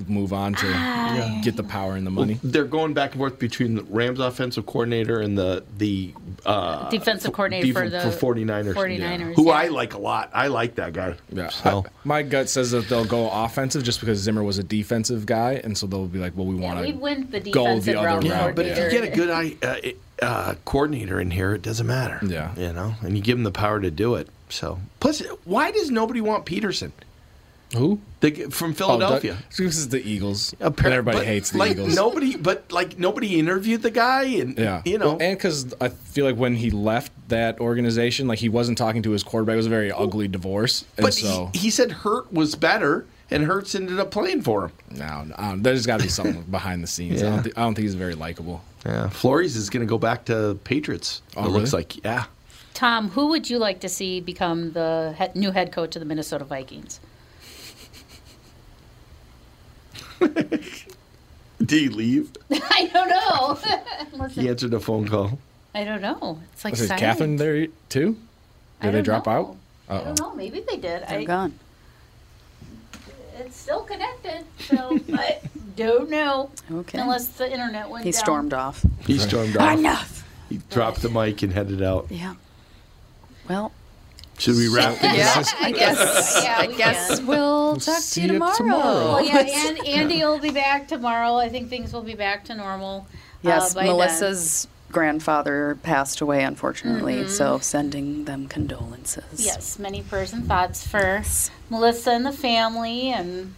move on to get the power and the money.
They're going back and forth between the Rams offensive coordinator and the the uh,
defensive coordinator for the
for 49ers,
49ers,
who
yeah.
I like a lot. I like that guy.
Yeah.
So.
I- my gut says that they'll go offensive just because Zimmer was a defensive guy, and so they'll be like, "Well, we
Yeah,
want
we went the
to go
defensive
the other
route.
route."
Yeah, but if you
coordinator.
get a good eye- uh, it- uh, coordinator in here, it doesn't matter.
Yeah.
you know, and you give him the power to do it. So, plus, why does nobody want Peterson?
who?
The, g- from Philadelphia.
Oh, Doug- This is the Eagles.
Oh, Appar-
and everybody
but,
hates the
like,
Eagles.
Nobody, but like nobody interviewed the guy, and
Yeah.
you know,
Well, and because I feel like when he left that organization, like he wasn't talking to his quarterback. It was a very ugly divorce, and
but
so
he, he said Hurt was better, and Hurts ended up playing for him.
no, no, I don't- there's got to be something behind the scenes. I,
Yeah.
don't thi- I don't think he's very likable.
Yeah, Flores is going to go back to Patriots.
Oh,
it looks
really?
like, yeah.
Tom, who would you like to see become the he- new head coach of the Minnesota Vikings?
Did he leave?
I don't know. Listen,
He answered a phone call.
I don't know. It's like
Was it
silent.
Catherine there too? Did
I
they
don't
drop
know.
out?
I don't know. Maybe they did.
They're
I,
gone.
it's still connected, so I don't know.
Okay.
Unless the internet went
He
down.
stormed off.
He stormed off.
Enough.
He dropped the mic and headed out.
Yeah. Well,
Should we wrap things
yeah,
up?
I guess. uh,
Yeah,
I
we
guess
can.
we'll talk to
see
you
you
tomorrow.
tomorrow.
Well, Oh, yeah, and Andy will be back tomorrow. I think things will be back to normal.
Yes,
uh, by
Melissa's grandfather passed away, unfortunately. So sending them condolences.
Then. Yes, many prayers and thoughts for Melissa and the family, and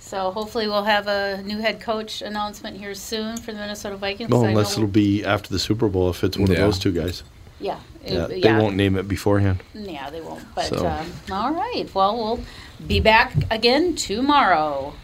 so hopefully we'll have a new head coach announcement here soon for the Minnesota Vikings.
Well,
I
Oh, unless
know-
it'll be after the Super Bowl if it's one of
Yeah.
those two guys.
yeah, it-
Yeah, they
yeah.
won't name it beforehand.
Yeah, they won't. But
So-
um, all right. Well, we'll be back again tomorrow.